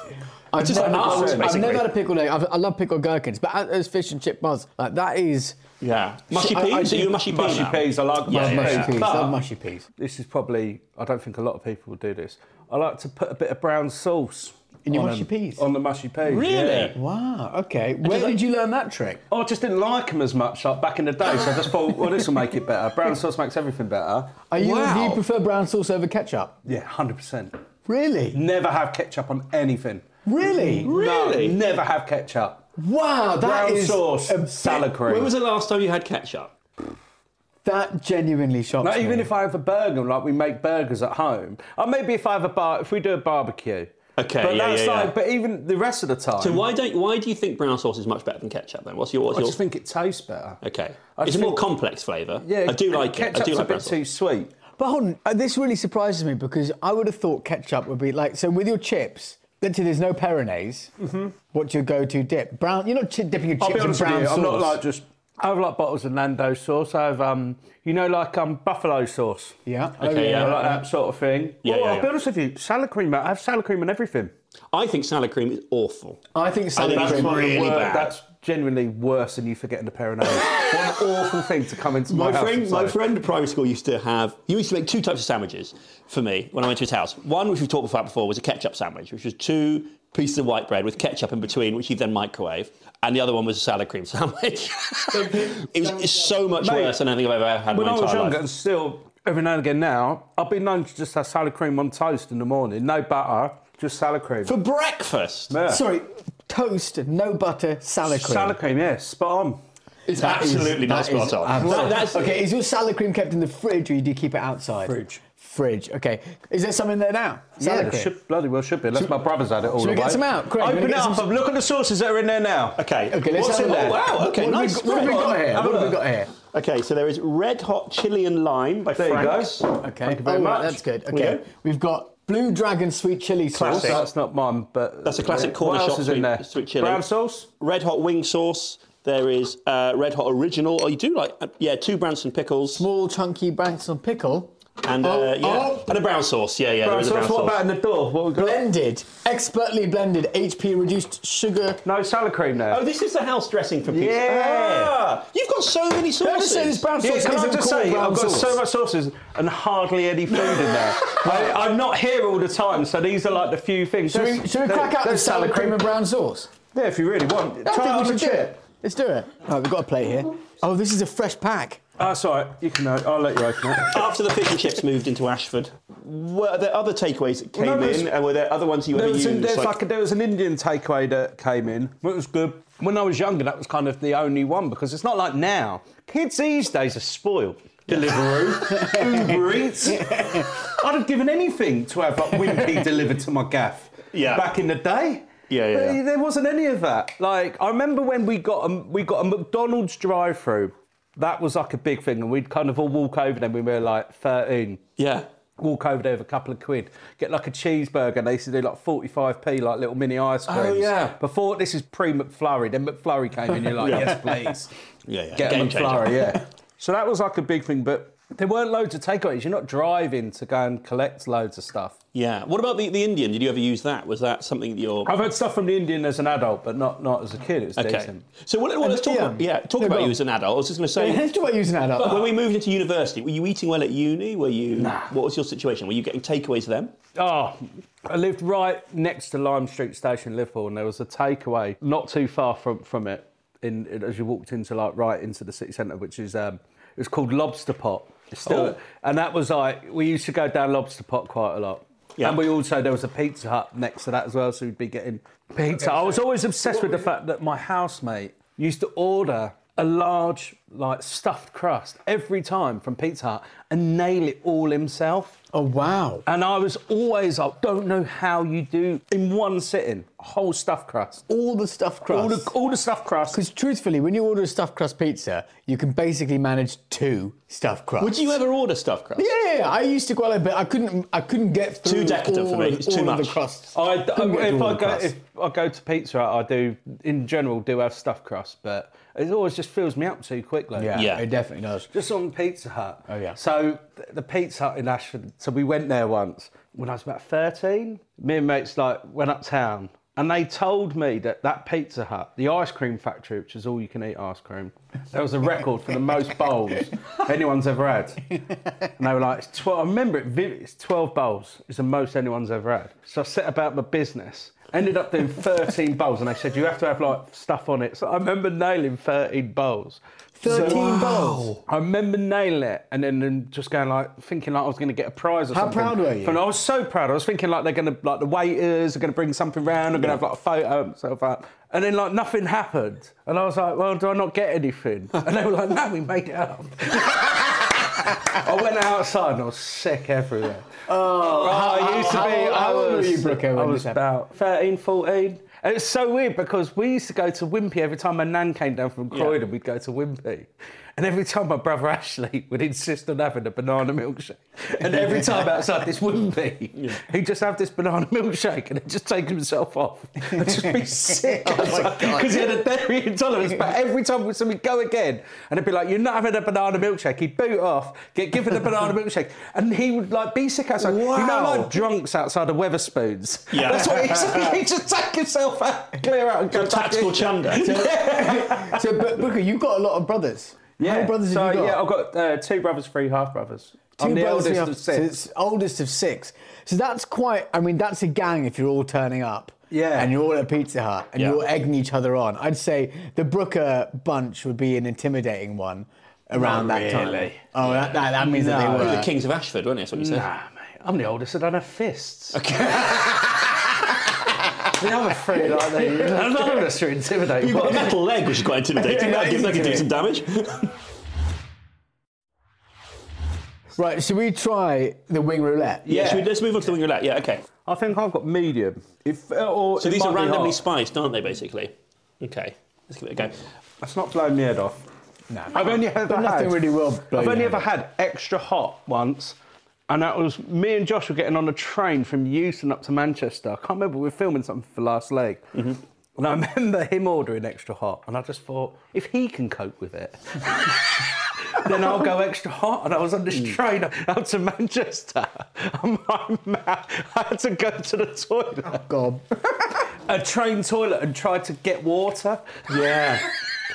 I just never I've- had one, I've never basically. had a pickled egg. I've, I love pickled gherkins, but at those fish and chip bars, like that is Yeah. Mushy I- peas? Are I you a do- mushy pea? Mushy now? peas, I like Yeah, mushy yeah, mushy yeah. peas. peas. But love mushy peas This is probably, I don't think a lot of people would do this. I like to put a bit of brown sauce in your on mushy them- peas. on the mushy peas. Really? yeah. Wow. Okay. Where like- did you learn that trick? Oh, I just didn't like them as much like back in the day, so I just thought, well, this will make it better. Brown sauce makes everything better. Are you, Do Wow. you prefer brown sauce over ketchup? Yeah, 100%. Really? Never have ketchup on anything. Really? Really? No, never have ketchup. Wow. that Brown is sauce, a bit- salad cream. When was the last time you had ketchup? That genuinely shocks Not me. even if I have a burger, like we make burgers at home. Or maybe if I have a bar, if we do a barbecue. Okay, but yeah, that's yeah, yeah. like, but even the rest of the time, So why don't why do you think brown sauce is much better than ketchup then? What's your what's I your just think it tastes better. Okay. I it's a just more think- complex flavour. Yeah, I do like it. ketchup's I do like a bit brown sauce. too sweet. But hold on, uh, this really surprises me because I would have thought ketchup would be like so with your chips. Let's say there's no Peronaise. What's your go-to dip? Brown. You're not chi- dipping your Mm-hmm. I'll chips be in honest with brown you, sauce. I'm not like just. I have like bottles of Nando's sauce. I have, um, you know, like um, buffalo sauce. Yeah. Oh, Okay, yeah, yeah. like that sort of thing. Yeah, oh, yeah, I'll be yeah. honest with you, salad cream. mate, I have salad cream and everything. I think salad cream is awful. I think salad that's cream. one of the really worst- bad. That's genuinely worse than you forgetting the Peronaise. what *laughs* an awful thing to come into my, My house friend, and my say. friend at primary school used to have. He used to make two types of sandwiches for me when I went to his house. One, which we've talked about before, was a ketchup sandwich, which was two pieces of white bread with ketchup in between, which he then microwave. And the other one was a salad cream *laughs* sandwich. it was it's so much Mate, worse than anything I've ever had in When my I was entire younger life. and still, every now and again now, I've been known to just have salad cream on toast in the morning. No butter, just salad cream. For breakfast, Yeah. Sorry, toast, no butter, salad cream. Salad cream, yeah, spot on. it's That is- absolutely not that is spot on. abs- That- that's, okay, is your salad cream kept in the fridge or do you keep it outside? Fridge. Fridge. Okay. Is there some in there now? Salad yeah, cream. should, bloody well should be. Unless my brother's had it all should we the get way. some out? Craig, wanna Open it get up. some- Look at the sauces that are in there now. okay. Okay, let's What's have in a there? look. Wow. Okay. What nice. Have we, what have we got here? What have we got here? Okay. So there is red hot chili and lime by There you go. Frank's. Okay. Thank you very oh, much. Right, that's good. we Okay. go. We've got blue dragon sweet chili sauce. Classic. That's not mine, but That's a classic what corner else shop is sweet- in there? sweet chilli. Brown sauce. Red Hot Wing Sauce. There is uh, Red Hot Original. Oh, you do like, uh, yeah, two Branson pickles Small chunky banks on pickle. and uh, Oh, yeah, oh. and a brown sauce. Yeah, yeah, there Brown is sauce. a brown What sauce. about in the door? What we got? Blended, expertly blended, HP reduced sugar. No salad cream there. Oh, this is the house dressing for pizza. Yeah. Ah, you've got so many I just sauces. say this brown Yeah, sauce can I isn't just called say, brown I've got sauce. so much sauces and hardly any food in *laughs* there. I, I'm not here all the time, so these are like the few things. Should we, should we crack out the salad cream and brown sauce? Yeah, if you really want. I Try it think on we a should do chip. it. Let's do it. All right, we've got a plate here. Oh, this is a fresh pack. Oh, sorry, you can. Uh, I'll let you open it. After the fish and chips moved into Ashford, were there other takeaways that came No, there's- in, and were there other ones you There ever was, used? some, there's Like- like a- there was an Indian takeaway that came in. It was good. When I was younger, that was kind of the only one because it's not like now. Kids these days are spoiled. *laughs* Deliveroo, Uber Eats. I'd have given anything to have like *laughs* Wimpy delivered to my gaff. Yeah. Back in the day. Yeah, yeah, But yeah. There wasn't any of that. Like I remember when we got a, we got a McDonald's drive-through. That was like a big thing, and we'd kind of all walk over them when we were like 13. yeah. Walk over there with a couple of quid, get like a cheeseburger. They used to do like 45p, like little mini ice creams. Oh, yeah. Before this is pre McFlurry, then McFlurry came *laughs* in, you're like, yes, please. Yeah, yeah. Get Game them changer. McFlurry, *laughs* yeah. so that was like a big thing, but there weren't loads of takeaways. You're not driving to go and collect loads of stuff. Yeah. What about the, the Indian? Did you ever use that? Was that something that you're. I've had stuff from the Indian as an adult, but not, not as a kid. It was Okay. decent. So, what, what, let's talk Yeah. about, yeah, talk No, about go you on. as an adult. I was just going to say. Let's talk about using that But up. when we moved into university, were you eating well at uni? Were you? What was your situation? Were you getting takeaways then? Oh, I lived right next to Lime Street Station, in Liverpool, and there was a takeaway not too far from from it. In, in- as you walked into like right into the city centre, which is um, it was called Lobster Pot. It's still, Oh. and that was like we used to go down Lobster Pot quite a lot. Yeah. And we also there was a Pizza Hut next to that as well, so we'd be getting pizza. I was always obsessed with the fact that my housemate used to order a large like stuffed crust every time from Pizza Hut and nail it all himself. Oh, wow. And I was always like, don't know how you do in one sitting, a whole stuffed crust. All the stuffed crust. All the, all the stuffed crust. Because truthfully, when you order a stuffed crust pizza, you can basically manage two stuffed crusts. Would you ever order stuff, crust? Yeah, yeah, yeah. I used to quite like, but I couldn't. I couldn't get through. Too decadent for all me. of- It's too all of much. the crusts. I, Couldn't get if, through all I the go, crusts. if I go to Pizza Hut, I do, in general, do have stuffed crust, but it always just fills me up too quickly. yeah, Yeah. it definitely does. Just on Pizza Hut. Oh, yeah. So th- the Pizza Hut in Ashford. So we went there once when I was about thirteen. Me and mates like went uptown, and they told me that that Pizza Hut, the ice cream factory, which is all you can eat ice cream, there was a record for *laughs* the most bowls anyone's ever had. And they were like, it's 12, I remember it vividly, it's 12 bowls. It's the most anyone's ever had. So I set about my business. Ended up doing 13 bowls, and they said you have to have like stuff on it. So I remember nailing 13 bowls. 13 So- bowls? I remember nailing it and then then just going like thinking like I was going to get a prize or How something. proud were you? And I was so proud. I was thinking like they're going to like the waiters are going to bring something round. I'm going to have like a photo of myself up. And then like nothing happened. And I was like, well, do I not get anything? *laughs* And they were like, no, we made it up. *laughs* I went outside and I was sick everywhere. Oh, I used to be. I how old were was, you, Brooker, I when was this happened? about 13, 14. And it's so weird because we used to go to Wimpy every time my nan came down from Croydon, we'd go to Wimpy. And every time my brother Ashley would insist on having a banana milkshake. And every time outside this Wimpy, he'd just have this banana milkshake and he'd just take himself off. I'd just *laughs* be sick. Oh Because he had a dairy intolerance. But every time we'd, so we'd go again and it'd be like, you're not having a banana milkshake. He'd boot off, get given *laughs* a banana milkshake. And he would like be sick outside. You know, Wow. like drunks outside of Weatherspoons. Yeah. That's what he said. He just take himself out, clear out, and go back Tactical in. chunder. so, but Booker, you've got a lot of brothers. How many brothers so, have you got? *laughs* yeah, I've got uh, two brothers, three half brothers. I'm the brothers eldest and of half- so six. it's oldest of six. So that's quite. I mean, that's a gang if you're all turning up. Yeah. And you're all at Pizza Hut and Yeah. you're all egging each other on. I'd say the Brooker bunch would be an intimidating one around Not that time. really. Oh, that, that, that means that No. they You were. were the kings of Ashford, weren't you? That's what you said. Nah, mate, I'm the oldest. I don't have fists. Okay. the other three, *laughs* like *laughs* they, none of us are intimidating. You've got a metal leg, which is quite intimidating. Yeah, that gives that could do isn't some damage. Right, should we try the wing roulette? yeah. Should we, let's move on to the wing roulette. Yeah. Okay. I think I've got medium. If uh, or So it these might are be randomly hard. spiced, aren't they? Basically. Okay. Let's give it a go. That's not blowing my head off. No. I've only ever But nothing had, really will blow I've your only head ever off. had extra hot once, and that was me and Josh were getting on a train from Euston up to Manchester. I can't remember we were filming something for Last Leg. Mm-hmm. And I *laughs* remember him ordering extra hot, and I just thought, if he can cope with it, *laughs* then I'll go extra hot. And I was on this train out to Manchester, and my mouth, I had to go to the toilet God. a train toilet and tried to get water. Yeah.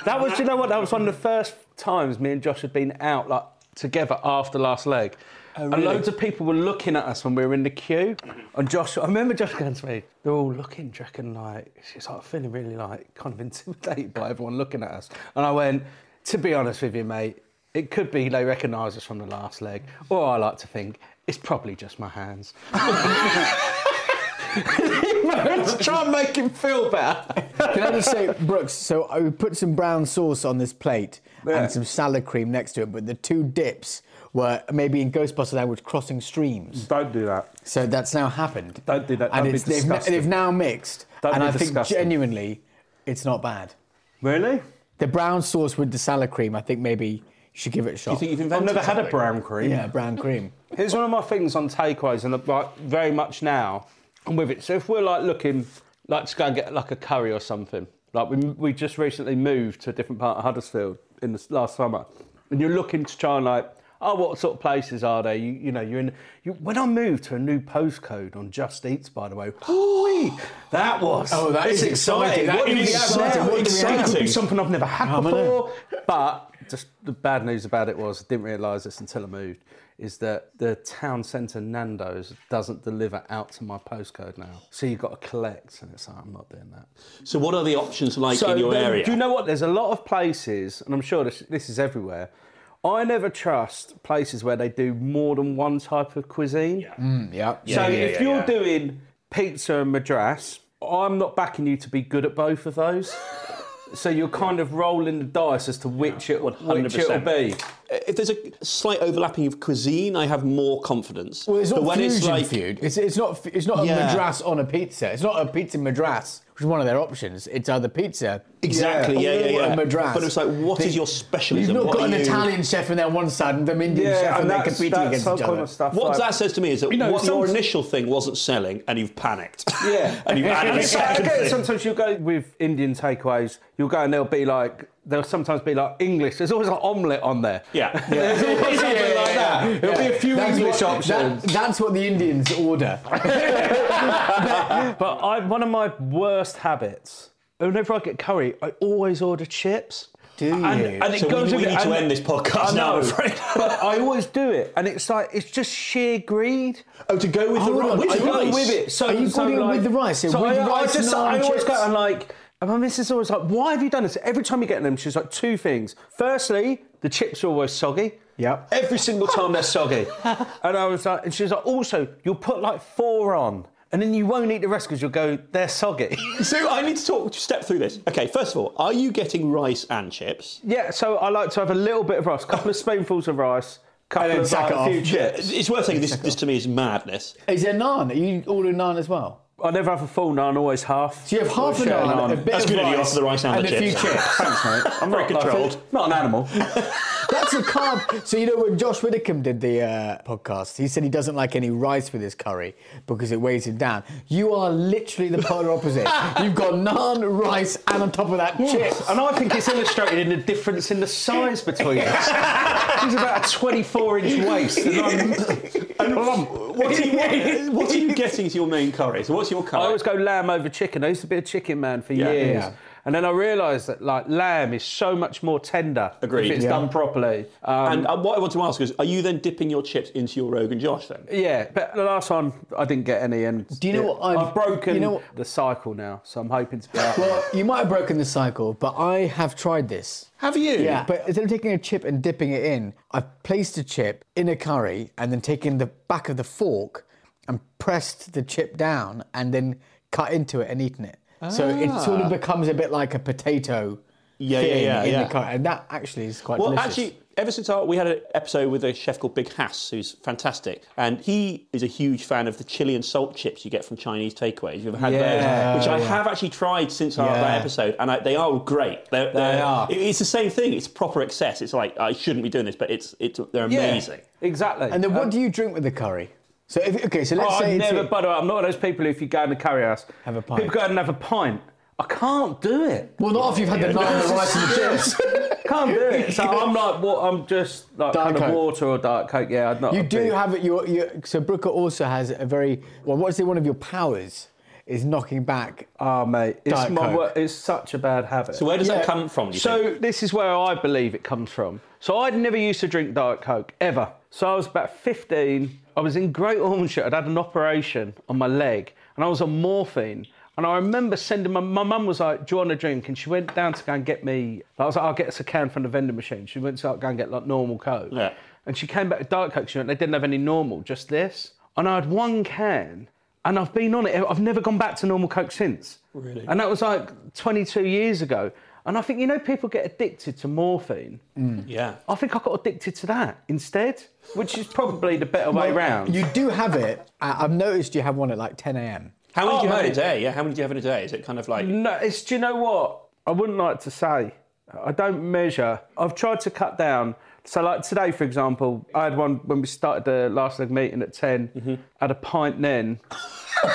that was, do you know what? That was one of the first times me and Josh had been out like together after last leg. And loads of people were looking at us when we were in the queue. And Josh, I remember Josh going to me, they're all looking, do you reckon, like, she's like feeling really like kind of intimidated by everyone looking at us. And I went, to be honest with you, mate, it could be they recognise us from the last leg. Or I like to think, it's probably just my hands. *laughs* Let's try and make him feel better. Can I just say, Brooks? So I would put some brown sauce on this plate Yeah. and some salad cream next to it, but the two dips were maybe in Ghostbuster language crossing streams. Don't do that. So that's now happened. Don't do that. And That'd be it's, they've, disgusting. they've now mixed. That'd and be I think disgusting. genuinely, it's not bad. Really? The brown sauce with the salad cream, I think maybe you should give it a shot. You think you've I've invented never had had a brown cream. yeah, brown cream. Here's one of my things on takeaways, and like very much now, I'm with it. So if we're like looking, like to go and get like a curry or something, like we we just recently moved to a different part of Huddersfield in the s- last summer, and you're looking to try and like, oh, what sort of places are there? You you know you're in. You, when I moved to a new postcode on Just Eats, by the way, *gasps* ooh, that was Oh, that it's is exciting. That What do we is have exciting. now? What do we have? It could be something I've never had I know. before, Oh, but just the bad news about it was I didn't realise this until I moved is that the town centre Nando's doesn't deliver out to my postcode now. So you've got to collect and it's like I'm not doing that. So what are the options like so in your then- area? Do you know what? There's a lot of places, and I'm sure this, this is everywhere. I never trust places where they do more than one type of cuisine. Yeah. So if you're doing pizza and madras, I'm not backing you to be good at both of those. so you're kind of rolling the dice as to which it which it'll 100%. be. If there's a slight overlapping of cuisine, I have more confidence. Well, it's not but when fusion it's like feud. It's, it's not it's not a Yeah. madras on a pizza. It's not a pizza madras, which is one of their options. It's either pizza Exactly, yeah, or yeah, yeah. a madras. But it's like, what what is is your specialism? You've not What got are an you- Italian chef in there on one side and an Indian chef, and they're competing against each other. stuff. What that says to me is that You know, what your some- initial thing wasn't selling, and you've panicked. Yeah. *laughs* *laughs* and you've added And a it's like, second okay, thing. sometimes you'll go with Indian takeaways, you'll go and they'll be like, they'll sometimes be like English. There's always an omelette on there. Yeah. *laughs* There's always something like that. There'll be a few That's English what- that- options. that's what the Indians order. *laughs* but I, one of my worst habits, whenever I get curry, I always order chips. Do you? And, and it So we- goes we with it, need to and- end this podcast I now, I'm know, afraid. *laughs* but I always do it, and it's like it's just sheer greed. Oh, to go with the Hold ri- on, with are the you- rice. with it. So Are you so putting it like, with the rice? Yeah, So with I, rice, I just, naan, I always chips? go and like, and my missus always like, why have you done this? Every time you get them, she's like, two things. Firstly, the chips are always soggy. Yep. *laughs* Every single time they're soggy. *laughs* and I was like, and she's like, also, you'll put like four on. And then you won't eat the rest because you'll go, they're soggy. *laughs* So I need to talk step through this. Okay, first of all, are you getting rice and chips? yeah, so I like to have a little bit of rice, a couple of spoonfuls of rice, couple then of sack like, it a few off. chips. It's worth saying this, this to me is *laughs* madness. Is there naan? Are you ordering naan as well? I never have a full naan, always half. Do you have half Always a share naan, a bit That's of good of you rice, after the rice and the a few chips. chips. Thanks, mate. I'm Very not- controlled. Not an animal. *laughs* That's a carb. So you know when Josh Widdicombe did the uh, podcast, he said he doesn't like any rice with his curry because it weighs him down. You are literally the polar opposite. You've got naan, rice, and on top of that, chips. And I think it's illustrated in the difference in the size between us. She's about a 24 inch waist, and I'm. *laughs* and I'm- *laughs* What are, you, *laughs* what, what are you getting to your main curry? So what's your I curry? always go lamb over chicken. I used to be a chicken man for years. Yeah. And then I realised that like lamb is so much more tender Agreed. if it's Yeah. done properly. Um, and uh, what I want to ask is, are you then dipping your chips into your Rogan Josh then? yeah, but the last one I didn't get any, and Do you know yeah, what I've- broken you know what- the cycle now, so I'm hoping to be out. Well, you might have broken the cycle, but I have tried this. Have you? Yeah. *laughs* But instead of taking a chip and dipping it in, I've placed a chip in a curry and then taken the back of the fork and pressed the chip down and then cut into it and eaten it. So it sort of becomes a bit like a potato Ah. Yeah, yeah, thing yeah, in yeah. the curry. And that actually is quite Well, delicious. actually, ever since our, we had an episode with a chef called Big Hass, who's fantastic, and he is a huge fan of the chili and salt chips you get from Chinese takeaways. You've had Yeah. those, which I have actually tried since our Yeah. that episode, and I, they are great. They're, they're, are. it- It's the same thing. It's proper excess. It's like I shouldn't be doing this, but it's it's they're amazing. Exactly. and then uh, what Um, do you drink with the curry? So if, okay, so let's Oh, say I've it's never, a- by the way, I'm not one of those people who, if you go in the curry house, Have a pint. People go out and have a pint. I can't do it. well, not after you've *laughs* had the naan, the rice, and the chips. Can't do it. *laughs* So I'm like, what? I'm just like Diet kind of Coke. water or diet coke. Yeah, Oh, I'd not. You I'd do be- have it. Your, your, so Brooker also has a very well. What's it? One of your powers is knocking back. Ah. Oh, mate, it's Diet my Coke. wor- It's such a bad habit. So where does Yeah. that come from? Do you So think? this is where I believe it comes from. So I'd never used to drink Diet Coke ever. So I was about 15. I was in Great Ormondshire. I'd had an operation on my leg, and I was on morphine. And I remember sending my my mum was like, "Do you want a drink?" And she went down to go and get me. I was like, "I'll get us a can from the vending machine." She went to go and get like normal coke. Yeah. And she came back with Diet Coke. She went, "They didn't have any normal, just this." And I had one can, and I've been on it. I've never gone back to normal coke since. Really? And that was like 22 years ago. And I think, you know, people get addicted to morphine. yeah. I think I got addicted to that instead, which is probably the better way round. You do have it. I, I've noticed you have one at like 10 a.m. How many Oh, do you have in a mate. day? Yeah, how many do you have in a day? Is it kind of like No, it's, do you know what? I wouldn't like to say. I don't measure. I've tried to cut down So, like today, for example, I had one when we started the last leg meeting at 10, I had a pint then.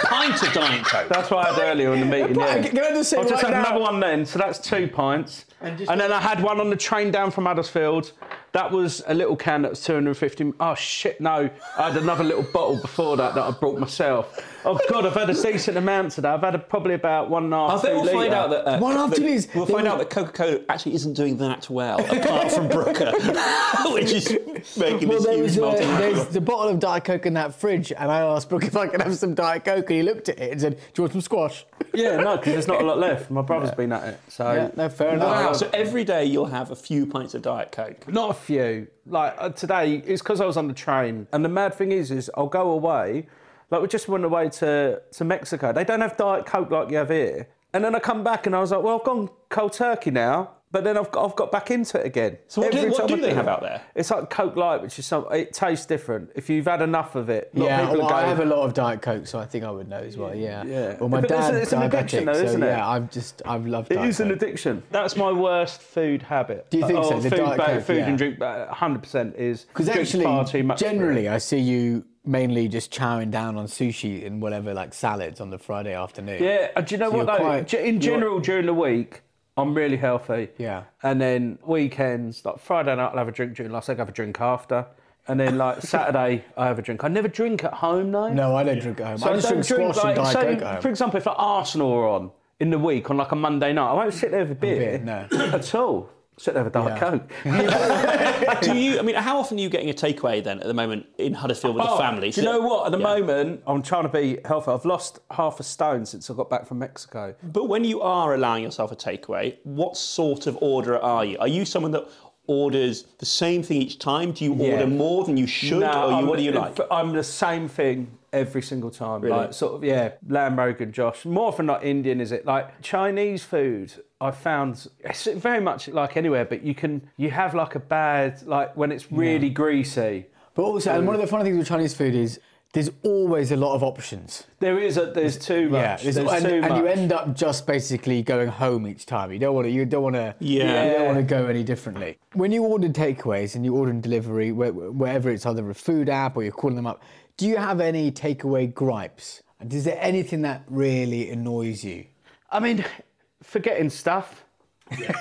Pint of Diet Coke. That's what I had earlier in the meeting. pint. yeah. Can I just say I've just right had now- another one then, so that's two pints. And, then I had one on the train down from Huddersfield. That was a little can that was 250. Oh, shit, no. I had another little bottle before that that I brought myself. Oh, God, I've had a decent amount today. I've had a, probably about one and a half, I bet two we'll litre. find out that uh, One and a half that- litres. We'll They find were- out that Coca-Cola actually isn't doing that well, apart from Brooker, *laughs* which is making Well, this there huge was, uh, there's multinational. the bottle of Diet Coke in that fridge, and I asked Brooke if I could have some Diet Coke, and he looked at it and said, "Do you want some squash?" Yeah, no, because there's not a lot left. My brother's been at it. So Yeah, no, fair Wow! enough. So every day you'll have a few pints of Diet Coke. Not a few. Like uh, today, it's because I was on the train. And the mad thing is, is I'll go away. Like we just went away to, to Mexico. They don't have diet coke like you have here. And then I come back and I was like, well, I've gone cold turkey now. But then I've got, I've got back into it again. So what do- Every what time do I they have out there? It's like Coke Light, which is some. It tastes different. If you've had enough of it, a lot of Yeah, people well, go, I have a lot of Diet Coke, so I think I would know as well. Yeah. Yeah. Well, my But it's- dad's it's an addiction diabetic, though, isn't so it? yeah, I've just I've loved. It Diet is an Coke. addiction. That's my worst food habit. Do you think Oh, so? The food, Diet ba- Coke, food yeah. and drink, uh, hundred percent is Because drink far too actually, much for it. generally, I see you mainly just chowing down on sushi and whatever, like salads on the Friday afternoon. Yeah, uh, do you So know you're what though? quite- Ge- in you're- general, during the week, I'm really healthy. Yeah. And then weekends, like Friday night, I'll have a drink during last week, I have a drink after. And then *laughs* like Saturday, I have a drink. I never drink at home though. No, I don't drink at home. So I just drink squash and like, Diet say, Coke at home. For example, if like Arsenal are on in the week on like a Monday night, I won't sit there with a beer, beer, no. *clears throat* at all. Sit there with a Diet Yeah. *laughs* Coke. Do you? I mean, how often are you getting a takeaway then at the moment in Huddersfield with the Oh, family? Do you know what? At the Yeah. moment, I'm trying to be healthy. I've lost half a stone since I got back from Mexico. But when you are allowing yourself a takeaway, what sort of orderer are you? Are you someone that orders the same thing each time? Do you order more than you should, or you, I'm- what do you like? I'm the same thing every single time. Like sort of yeah, lamb rogan Josh. More often not Indian, is it? Like Chinese food. I found it's very much like anywhere, but you can you have like a bad like when it's really greasy. But also, and one of the funny things with Chinese food is there's always a lot of options. There is a there's too much. Yeah, there's there's- and, too and much. you end up just basically going home each time. You don't want to. You don't want to. Yeah. You don't want to go any differently. When you order takeaways and you order in delivery, where, wherever it's either a food app or you're calling them up, do you have any takeaway gripes? And is there anything that really annoys you? I mean, forgetting stuff.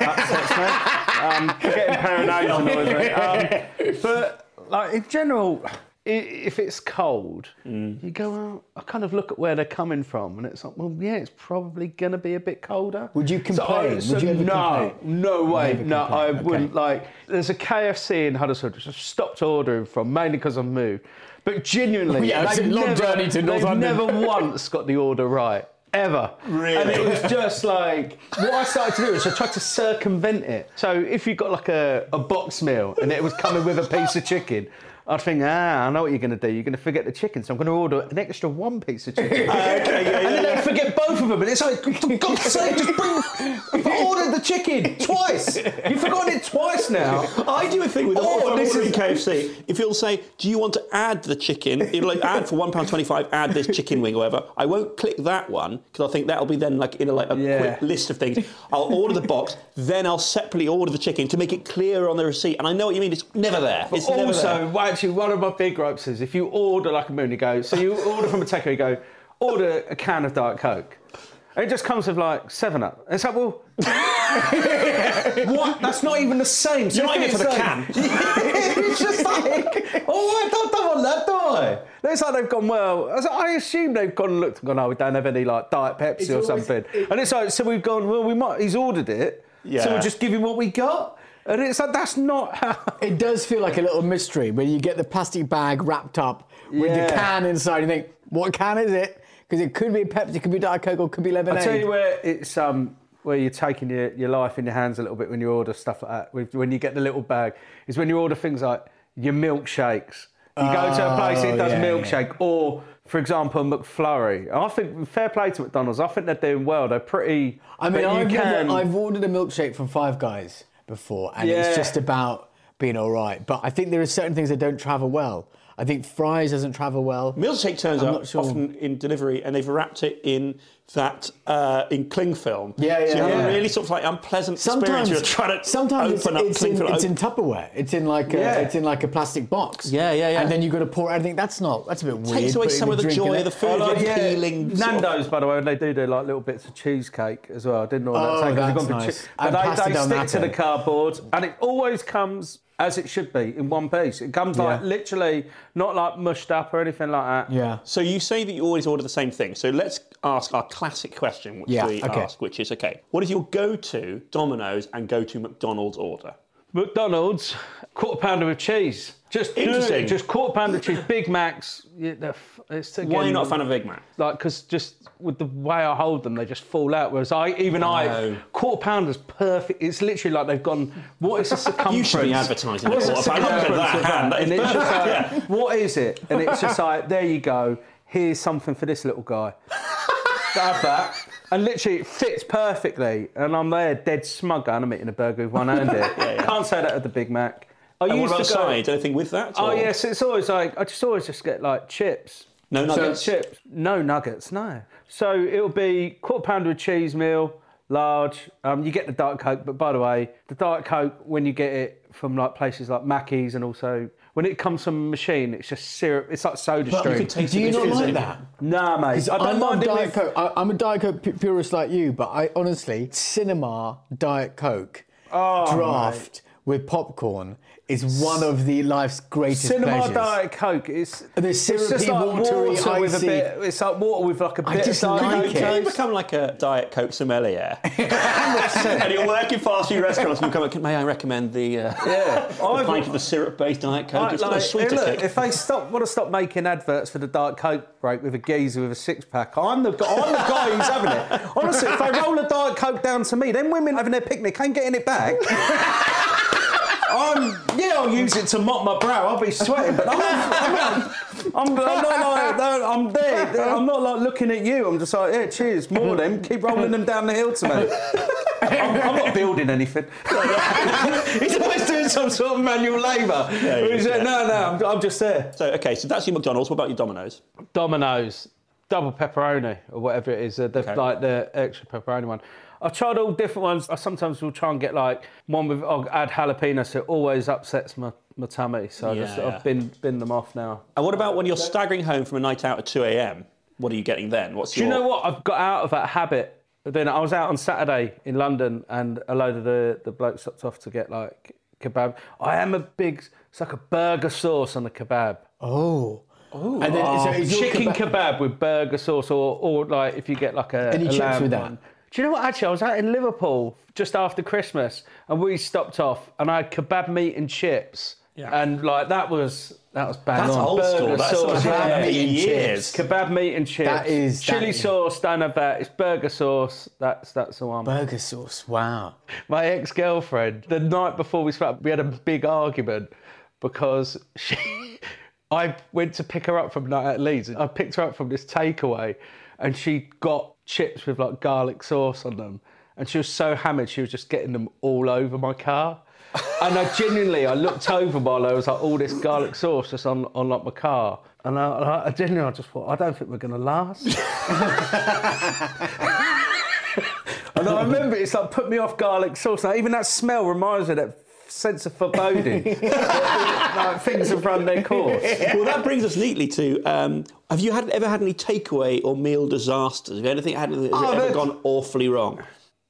Upsets me. Um, forgetting paranoid annoys *laughs* me. Um, but like in general, i- if it's cold, you go out. I kind of look at where they're coming from, and it's like, well, yeah, it's probably gonna be a bit colder. Would you So I- complain? so Would you ever no, complain? no way. Never No, I complain, okay. wouldn't. Like, there's a KFC in Huddersfield which I've stopped ordering from mainly because I've moved. But genuinely, Oh, Yeah, it's they've a long never- journey to North they've London. never once got the order right. Ever. Really? And it was just like, what I started to do is I tried to circumvent it. So if you got like a, a box meal and it was coming with a piece of chicken, I'd think, ah, I know what you're going to do. You're going to forget the chicken, so I'm going to order an extra one piece of *laughs* Okay, chicken. yeah, and then yeah, they'd forget both of them, and it's like, for God's sake, just bring. I ordered the chicken twice. You've forgotten it twice now. I do a thing with Oh, oh, this ordering is- KFC. If you'll say, "Do you want to add the chicken?" It'll like add for one pound twenty-five. Add this chicken wing, or whatever. I won't click that one because I think that'll be then like in a, like a Yeah. quick list of things. I'll order the box, then I'll separately order the chicken to make it clearer on the receipt. And I know what you mean. It's never there. It's never also, there. well, actually, one of my big gripes is if you order like a moon, you go, so you order from a takeaway, you go, order a can of Diet Coke. And it just comes with like 7 Up. And it's like, well, *laughs* what? That's not even the same. So You're not in it for the it's can. like- *laughs* it's just like, oh, I don't, don't want that, do I? And It's like they've gone, well, I was like, I assume they've gone and looked and gone, oh, we don't have any like Diet Pepsi or something. and it's like, so we've gone, well, we might, he's ordered it. So Yeah. we'll just give him what we got. And it's like, that's not how. It does feel like a little mystery when you get the plastic bag wrapped up with Yeah. the can inside. You think, what can is it? Because it could be Pepsi, it could be Diet Coke, or it could be lemonade. I tell you where it's um where you're taking your, your life in your hands a little bit when you order stuff like that. with- When you get the little bag, is when you order things like your milkshakes. You go to a place Oh, it does yeah, milkshake, or for example, a McFlurry. I think fair play to McDonald's. I think they're doing well. They're pretty. I mean, but you I've, can. never, I've ordered a milkshake from Five Guys before, and Yeah. it's just about being all right. But I think there are certain things that don't travel well. I think fries doesn't travel well. Meals take turns I'm up not sure. often in delivery, and they've wrapped it in that uh, in cling film. Yeah, yeah, So you have a yeah. really sort of like unpleasant experience. You're trying to sometimes it's, open up it's cling in, film. it's in Tupperware. It's in like a, Yeah. it's in like a plastic box. Yeah, yeah, yeah. And then you've got to pour. it. I think that's not that's a bit weird. away putting some of the drink in joy it. of the food, I like yeah. peeling sort of- Nando's, by the way, they do do like little bits of cheesecake as well. I didn't know Oh, that. take, 'cause they've that's gone for nice. chee- And But pasta they, they del stick to latte. the cardboard, and it always comes as it should be in one piece. It comes like Yeah. literally not like mushed up or anything like that. Yeah. So you say that you always order the same thing. So let's ask our classic question, which Yeah, we okay. ask, which is okay, what is your go-to Domino's and go-to McDonald's order? McDonald's quarter pounder with cheese. Just do it. Interesting. Just quarter pounder with cheese. Big Macs. Yeah, they're f- it's again, Why are you not a fan of Big Mac? like because just with the way I hold them, they just fall out. Whereas I, even I, quarter pounders perfect. It's literally like they've gone. What is the *laughs* circumference? You should be advertising a What's the quarter pounder. Look at circumference that of that? hand. That is And it's just perfect. like, Yeah. what is it? And it's just like, there you go. Here's something for this little guy. *laughs* Have that. And literally, it fits perfectly. And I'm there, dead smug, and I'm eating a burger with one hand. *laughs* here. Can't say that at the Big Mac. I And what used about to go- sides? Anything with that? Oh or- yes, it's always like I just always just get like chips. No nuggets? So chips. No nuggets. No. So it'll be quarter pounder with cheese meal, large. Um, you get the diet coke, but by the way, the diet coke when you get it from like places like Mackey's and also when it comes from a machine, it's just syrup. It's like Soda Stream. Do you not like that? Nah, mate. Because I I, love don't mind it Diet with- Coke. I, I'm a Diet Coke pu- purist like you, but I honestly, cinema Diet Coke Oh, draft with popcorn is one of the life's greatest Cinema pleasures. Diet Coke is And there's it's just syrupy, like watery, water with icy- a bit. It's like water with like a bit. I just of Diet like Coke it. Can taste. you become like a Diet Coke *laughs* sommelier? and you're working fast food restaurants and you come up, may I recommend the, uh, Yeah. the I've- pint of the syrup-based Diet Coke? Right, it's got a like, sweeter hey, look, kick. if they stop, want to stop making adverts for the Diet Coke break with a geezer with a six pack, I'm the, gu- I'm the guy who's having it. Honestly, if they roll a Diet Coke down to me, them women having their picnic ain't getting it back. I'm, yeah, I'll use it to mop my brow. I'll be sweating, but I'm, I'm, I'm, I'm not like, no, I'm there. I'm not like looking at you. I'm just like, yeah, cheers, more of them. Keep rolling them down the hill to me. I'm, I'm not building anything. *laughs* He's always doing some sort of manual labour. He's like, No, no, I'm, I'm just there. So, okay, so that's your McDonald's. What about your Domino's? Domino's, double pepperoni or whatever it is, uh, the, like the extra pepperoni one. I've tried all different ones. I sometimes will try and get like one with I'll add jalapeno, so it always upsets my, my tummy. So I just, Yeah. I've been bin them off now. And what about when you're staggering home from a night out at 2 a.m.? What are you getting then? What's Do you your... know what? I've got out of that habit. But then I was out on Saturday in London, and a load of the the blokes stopped off to get like kebab. I am a big. It's like a burger sauce on a kebab. Oh. Oh. And then, so is your chicken kebab- kebab. with burger sauce, or, or like if you get like a Any a chips lamb with that? one. Do you know what? Actually, I was out in Liverpool just after Christmas, and we stopped off, and I had kebab meat and chips, and like that was that was bang That's on. old burger school. That's sauce, something yeah. I've had meat in and years. Kebab meat and chips. That is- that chili is- sauce. Don't have that. It's burger sauce. That's that's the one. Burger sauce. Wow. My ex girlfriend. The night before we split up, we had a big argument because she. *laughs* I went to pick her up from night at Leeds. and I picked her up from this takeaway, and she got chips with like garlic sauce on them, and she was so hammered she was just getting them all over my car. And I genuinely, I looked over while I was like, all this garlic sauce just on, on like my car. And I, and I, I genuinely, I just thought, I don't think we're going to last. *laughs* And I remember it's like put me off garlic sauce. Now even that smell reminds me of that sense of foreboding. *laughs* like things have run their course. Well, that brings us neatly to um, have you had, ever had any takeaway or meal disasters? Have you anything had, has it Oh, ever that's- gone awfully wrong?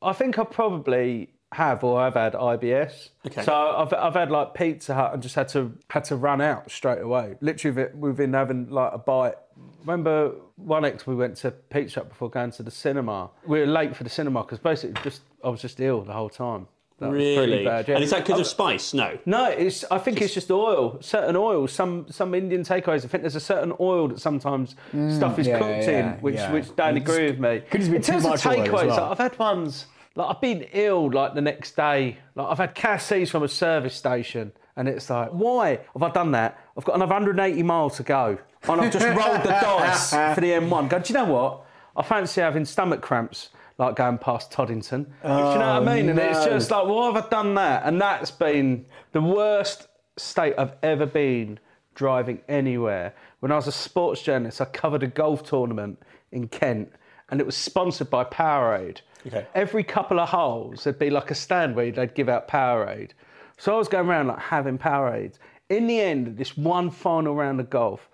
I think I probably have or I've had IBS. Okay. So I've, I've had like Pizza Hut and just had to had to run out straight away. Literally vi- within having like a bite. Remember one ex we went to Pizza Hut before going to the cinema. We were late for the cinema because basically just I was just ill the whole time. That was pretty Really? bad, yeah. And is that because I- of spice? No. No, it's. I think it's just oil. Certain oils. Some some Indian takeaways. I think there's a certain oil that sometimes stuff is Mm, yeah, cooked yeah, in, which yeah. which don't agree with me. could just be in too terms much of oil as takeaways, well. like, I've had ones like I've been ill like the next day. Like I've had cassis from a service station, and it's like, why have I done that? I've got another 180 miles to go, and I've just rolled the dice for the M1. Go, do you know what? I fancy having stomach cramps. Like going past Toddington. Do you know what I mean? And it's no. just like, why have I done that? And that's been the worst state I've ever been driving anywhere. When I was a sports journalist, I covered a golf tournament in Kent and it was sponsored by Powerade. Okay. Every couple of holes, there'd be like a stand where they'd give out Powerade. So I was going around like having Powerades. In the end, of this one final round of golf,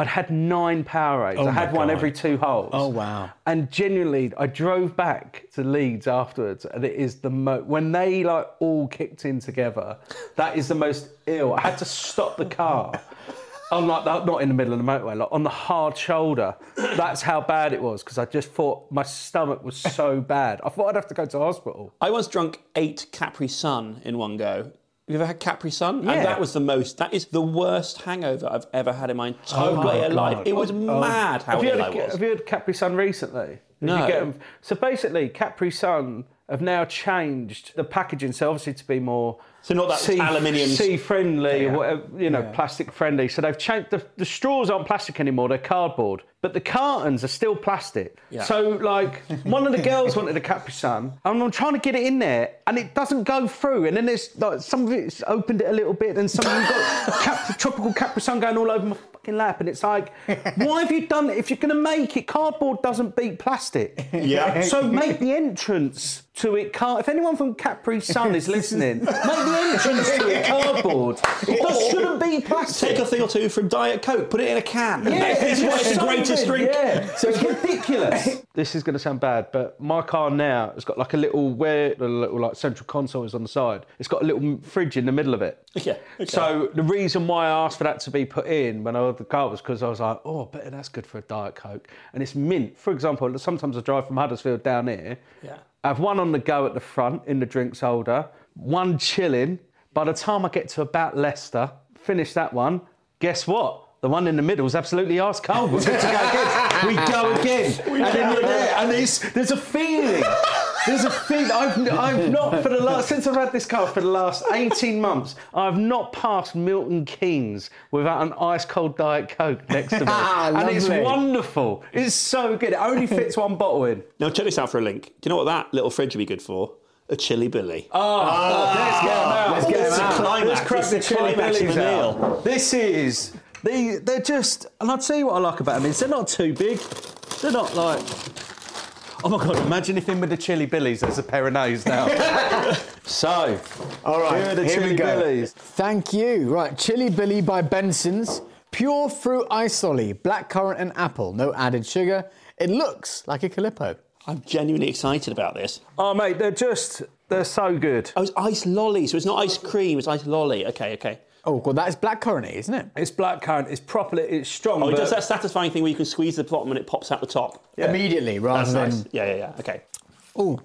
I'd had nine Powerades. I had one every two holes. Oh, wow. And genuinely, I drove back to Leeds afterwards, and it is the most. When they like all kicked in together, that is the most ill. I had to stop the car. On like that, not in the middle of the motorway, like on the hard shoulder. That's how bad it was because I just thought my stomach was so bad. I thought I'd have to go to hospital. I once drunk eight Capri Sun in one go. You ever had Capri Sun? Yeah. And that was the most. That is the worst hangover I've ever had in my entire Oh Oh my way of life. God. Oh. It was mad how have you, ill had I a- was. have you had Capri Sun recently? Did No. You get 'em- So basically, Capri Sun have now changed the packaging, so obviously to be more So not that aluminium- sea friendly, or whatever, you know, plastic friendly. So they've changed the, the straws aren't plastic anymore; they're cardboard, but the cartons are still plastic. So like, one of the girls wanted a Capri Sun, and I'm trying to get it in there, and it doesn't go through. And then there's like some of it's opened it a little bit, and some of them got cap, tropical Capri Sun going all over my fucking lap, and it's like, why have you done it? If you're gonna make it, cardboard doesn't beat plastic. Yeah. So make the entrance to it car. If anyone from Capri Sun *laughs* is listening, make the entrance to it cardboard. That shouldn't be plastic. Take a thing or two from Diet Coke, put it in a can. This is why it's the greatest drink. Yeah, so it's ridiculous. *laughs* this is going to sound bad, but my car now has got like a little where the little like central console is on the side. It's got a little fridge in the middle of it. Yeah, okay. So the reason why I asked for that to be put in when I had the car was because I was like, oh, I bet that's good for a diet coke, and it's mint. For example, sometimes I drive from Huddersfield down here. Yeah. I have one on the go at the front in the drinks holder, one chilling. By the time I get to about Leicester, finish that one, guess what? The one in the middle is absolutely ice cold. *laughs* We're good to go again. We go again. and then you're there. And it's, there's a feeling. There's a feeling. I've, *laughs* I've not, for the last, since I've had this car for the last 18 months, I've not passed Milton Keynes without an ice cold Diet Coke next *laughs* to me. Ah, and it's Lovely. wonderful. It's so good. *laughs* It only fits one bottle in. Now check this out for a link. Do you know what that little fridge would be good for? A chili billy. Uh, Oh, Let's get 'em out. Let's get 'em It's a out. climax. Let's crack It's the a chili climax billies of the out. meal. This is they. They're just, and I'll tell you what I like about them is they're not too big. They're not like. Oh my god! Imagine if in with the chili billies there's a pair of nose *laughs* now. so, All right, Here are the Chili Billies. Thank you. Right, Chili Billy by Benson's. Pure fruit isoli, blackcurrant and apple, no added sugar. It looks like a Calippo. I'm genuinely excited about this. oh mate, they're just they're so good. Oh, it's ice lolly, so it's not ice cream, it's ice lolly. Okay, okay. Oh, well, that is blackcurrant, isn't it? It's blackcurrant. It's properly. It's strong. Oh, it but- does that satisfying thing where you can squeeze the bottom and it pops out the top. Immediately, rather That's than. nice. Yeah, yeah, yeah. Okay. Oh,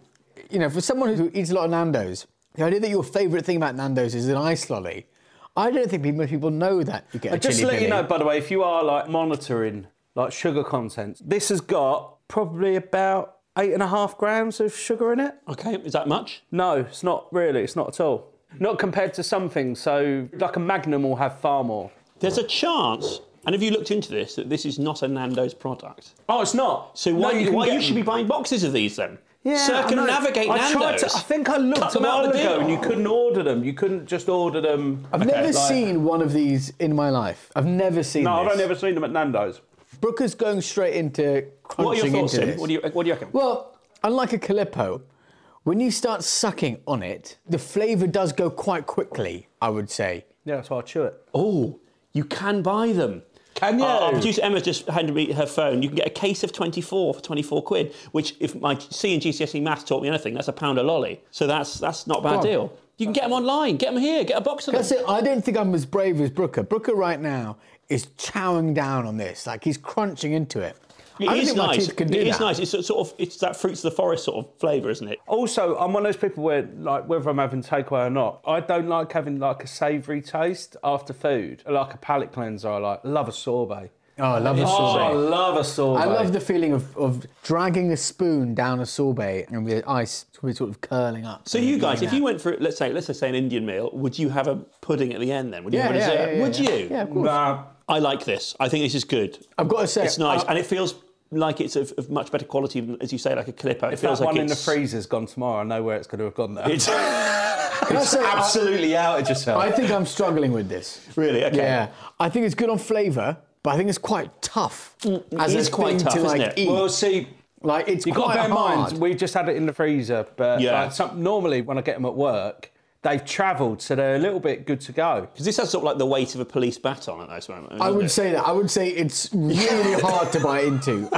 you know, for someone who eats a lot of Nando's, the idea that your favourite thing about Nando's is an ice lolly, I don't think people- most people know that you get a Uh, just chili let you billy. know, by the way, if you are like monitoring like sugar content, this has got probably about eight and a half grams of sugar in it. Okay, is that much? No, it's not really. It's not at all. Not compared to something. So, like a Magnum will have far more. There's a chance, and have you looked into this, that this is not a Nando's product? Oh, it's not. So why, No, you can why get you should be them. buying boxes of these then? Yeah, Circumnavigate I know. I tried Nando's. to, I think I looked Cut a them out while of the ago, deal. and you couldn't order them. You couldn't just order them. I've never seen one of these in my life. I've never seen No, this. I've only ever seen them at Nando's. Brooker's going straight into crunching What are your thoughts, into Tim? this. What do you, what do you reckon? Well, unlike a Calippo, when you start sucking on it, the flavour does go quite quickly, I would say. Yeah, that's why I chew it. Oh. oh, you can buy them. Can you? Our- our producer Emma just handed me her phone. You can get a case of 24 for 24 quid, which if my C and GCSE maths taught me anything, that's a pound a lolly. So that's that's not a bad on. deal. You can get them online. Get them here. Get a box of them. That's it. I don't think I'm as brave as Brooker. Brooker right now is chowing down on this. Like he's crunching into it. I It don't is think my nice. teeth can do It is that. nice. It's a sort of it's that fruits of the forest sort of flavour, isn't it? Also, I'm one of those people where, like, whether I'm having takeaway or not, I don't like having like a savoury taste after food. I like a palate cleanser, I like love a sorbet. Oh, I love a Oh, I sorbet. love a sorbet. I love the feeling of, of dragging a spoon down a sorbet and the ice sort of curling up. So you guys, if you went for let's say let's just say an Indian meal, would you have a pudding at the end then? Would you Yeah, have a yeah, dessert? yeah, yeah, would yeah. you? Yeah, Uh, of course. Nah, I like this. I think this is good. I've got to say, It's nice, I- and it feels like it's of, of much better quality than, as you say, like a Clipper. It if that feels one like in the it's *laughs* freezer's gone tomorrow, I know where it's going to have gone *laughs* now. it's- Can I say, I, Absolutely outed yourself. I think I'm struggling with this. Really? Okay. Yeah. I think it's good on flavour, but I think it's quite tough. As Mm, it a is quite thing tough, to isn't like it? eat. Well, see, like it's You've got to quite bear in hard. mind, we've just had it in the freezer, but Yeah. like, some, normally when I get them at work, they've travelled, so they're a little bit good to go. Because this has sort of like the weight of a police baton at this moment. I doesn't would it? say that. I would say it's *laughs* really hard to buy into.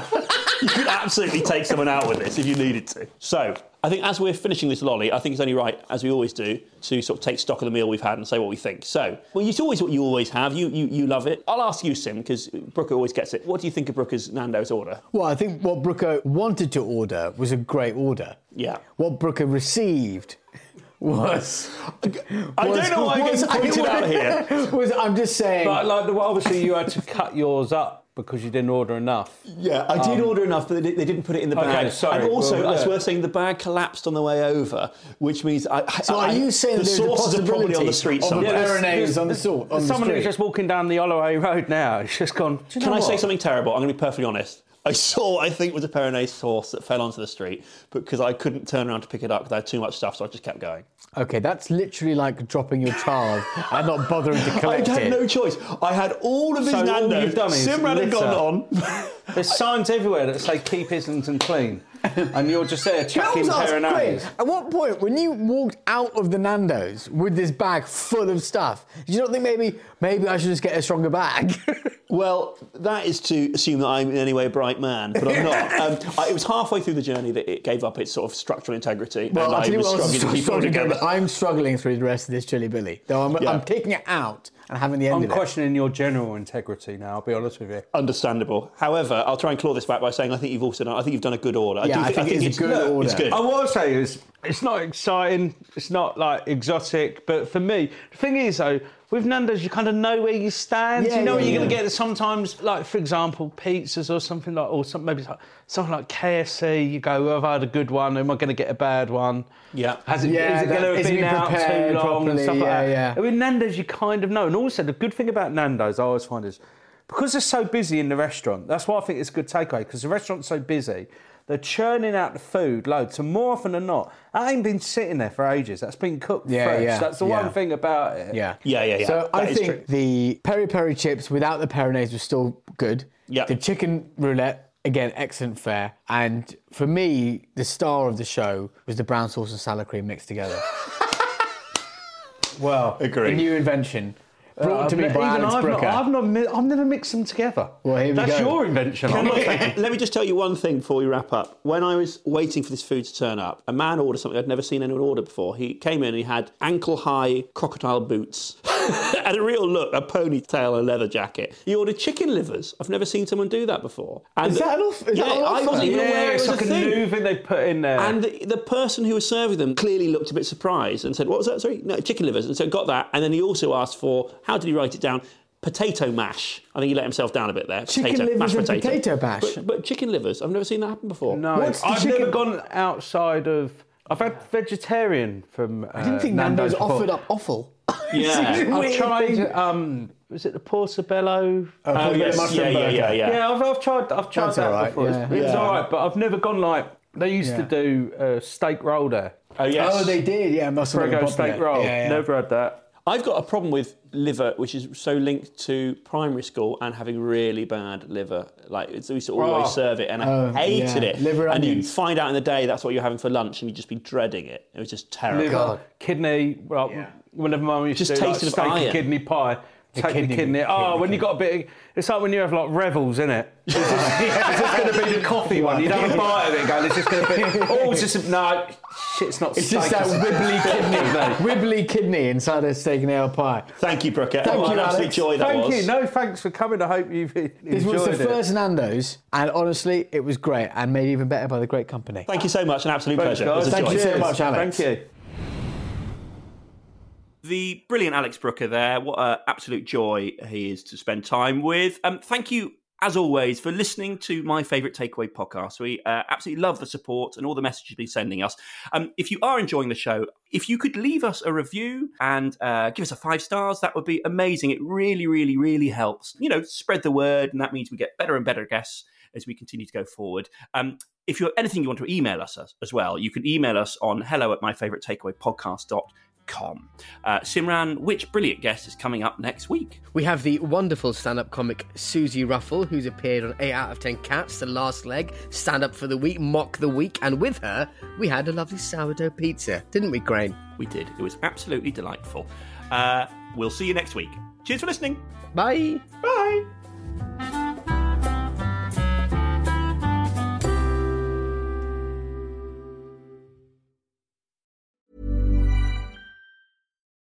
you could absolutely take someone out with this if you needed to. So, I think as we're finishing this lolly, I think it's only right, as we always do, to sort of take stock of the meal we've had and say what we think. So, well, it's always what you always have. You you, you love it. I'll ask you, Sim, because Brooker always gets it. What do you think of Brooker's Nando's order? Well, I think what Brooker wanted to order was a great order. Yeah. What Brooker received was. I was- don't know why I was- get pointed out here. *laughs* was- I'm just saying. But like, the, well, obviously, you had to cut yours up because you didn't order enough. Yeah, I did order enough, but they, they didn't put it in the Okay, bag. sorry. And also, Well, it's yeah. worth saying the bag collapsed on the way over, which means I. I so are I- you saying uh, the there's sauces a are probably on the street possibility somewhere? Of a there's- Bernays on the sort. On the Someone street? who's just walking down the Holloway *laughs* Road now, it's just gone. Do you know Can I say what? something terrible? I'm going to be perfectly honest. I saw what I think was a Peronet sauce that fell onto the street because I couldn't turn around to pick it up because I had too much stuff, so I just kept going. Okay, that's literally like dropping your child and not bothering to collect *laughs* I had it. no choice. I had all of his So all Nando's. you've done is Simran had litter. gone on. *laughs* There's signs everywhere that say keep Islington clean, and you're just there chucking Charles asked, Peronays. "Craig, At what point, when you walked out of the Nando's with this bag full of stuff, did you not think maybe maybe I should just get a stronger bag? *laughs* Well, that is to assume that I'm in any way a bright man, but I'm not. um, I, it was halfway through the journey that it gave up its sort of structural integrity, and I'll I tell you was what else struggling is *laughs* to keep it all struggling together. with. I'm struggling through the rest of this chili billy. Though I'm, Yeah. I'm taking it out and having the end I'm of it. questioning your general integrity now. I'll be honest with you. Understandable. However, I'll try and claw this back by saying I think you've also done. I think you've done a good order. Yeah, I think it is a good look, order. It's good. I will say is it's not exciting, it's not like exotic, but for me, the thing is though, with Nando's you kind of know where you stand. Yeah, you yeah, know what you're gonna yeah. get sometimes like for example, pizzas or something like or some, maybe like, something like KFC, you go, well, have I had a good one, am I gonna get a bad one? Yeah. Has it, Yeah, is it that- gonna have is it been been out too prepared long and properly? stuff like Yeah, that? yeah. And with Nando's you kind of know. And also the good thing about Nando's I always find is because they're so busy in the restaurant, that's why I think it's a good takeaway, because the restaurant's so busy, they're churning out the food loads. And more often than not, that ain't been sitting there for ages. That's been cooked Yeah, fresh. yeah, that's the yeah. one thing about it. Yeah. Yeah, yeah, yeah. So That I is think true. the peri peri chips without the peronaise was still good. Yeah. The chicken roulette, again, excellent fare. And for me, the star of the show was the brown sauce and salad cream mixed together. well, Agree. a new invention brought Uh, I've to me ne- by even Alex I've Brooker. not, I've not, mi- I've never mixed them together. Well, here we That's go. your invention. Can I'm not I- *laughs* let me just *laughs* tell you one thing before we wrap up. When I was waiting for this food to turn up, a man ordered something I'd never seen anyone order before. He came in and he had ankle high crocodile boots *laughs* and a real look, a ponytail and a leather jacket. He ordered chicken livers. I've never seen someone do that before. And Is that an off- is yeah, that an I offer? wasn't even yeah, aware it it's was like a a thing. new thing they put in there. And the, the person who was serving them clearly looked a bit surprised and said, What was that? Sorry, no, chicken livers. And so got that. And then he also asked for, How did he write it down? Potato mash. I think he let himself down a bit there. Chicken potato, livers mashed and potato. potato mash? But, but chicken livers, I've never seen that happen before. Uh, no, What's the I've never chicken- gone outside of. I've had vegetarian from. Uh, I didn't think Nando's, before. offered up offal. Yeah. *laughs* I've Weird tried. thing. Um, was it the portobello? Oh, yes. mushroom yeah, yeah, burger. yeah, yeah. I've, I've tried. I've tried That's that all right, before. It's- yeah. It's Yeah. all right, but I've never gone like they used to Yeah. do uh, steak roll there. Oh, yes. Oh, they did, yeah. Must have been Prego popular. steak roll. Yeah, yeah. Never had that. I've got a problem with liver, which is so linked to primary school and having really bad liver. Like, it's, we used to always Oh. serve it, and I Oh, hated yeah. it. Liver and you onions. find out in the day that's what you're having for lunch, and you'd just be dreading it. It was just terrible. Liver, kidney. Well, whenever mum used Oh, Just to do, like, tasted of steak iron. and kidney pie. Take the kidney- kidney. Oh, when you got a bit, it's like when you have like revels, isn't it? It's just, it's just going to be the coffee one. You'd have a bite of it, and go. It's just going to be. Oh, it's just no. Shit, it's not. It's just steak, that wibbly *laughs* kidney, wibbly kidney inside a steak and ale pie. Thank you, Brooke. Thank what you, an absolute Alex. joy that Thank was. you. No, thanks for coming. I hope you've e-, enjoyed This was the it. first Nando's, and honestly, it was great and made even better by the great company. Thank you so much. An absolute Thanks, pleasure. It was guys. a Thank joy. you so much, Alex. Thank you. The brilliant Alex Brooker there. What an absolute joy he is to spend time with. Um, thank you, as always, for listening to my favourite takeaway podcast. We uh, absolutely love the support and all the messages you've been sending us. Um, if you are enjoying the show, if you could leave us a review and uh, give us a five stars, that would be amazing. It really, really, really helps. You know, spread the word, and that means we get better and better guests as we continue to go forward. Um, if you have anything you want to email us as, as well, you can email us on hello at myfavouriteTakeawayPodcast.com simranwitch.com. Uh, Simran, which brilliant guest is coming up next week? We have the wonderful stand up comic Susie Ruffle, who's appeared on 8 out of 10 Cats, The Last Leg, Stand Up for the Week, Mock the Week, and with her, we had a lovely sourdough pizza, didn't we, Crane? We did. It was absolutely delightful. Uh, we'll see you next week. Cheers for listening. Bye. Bye.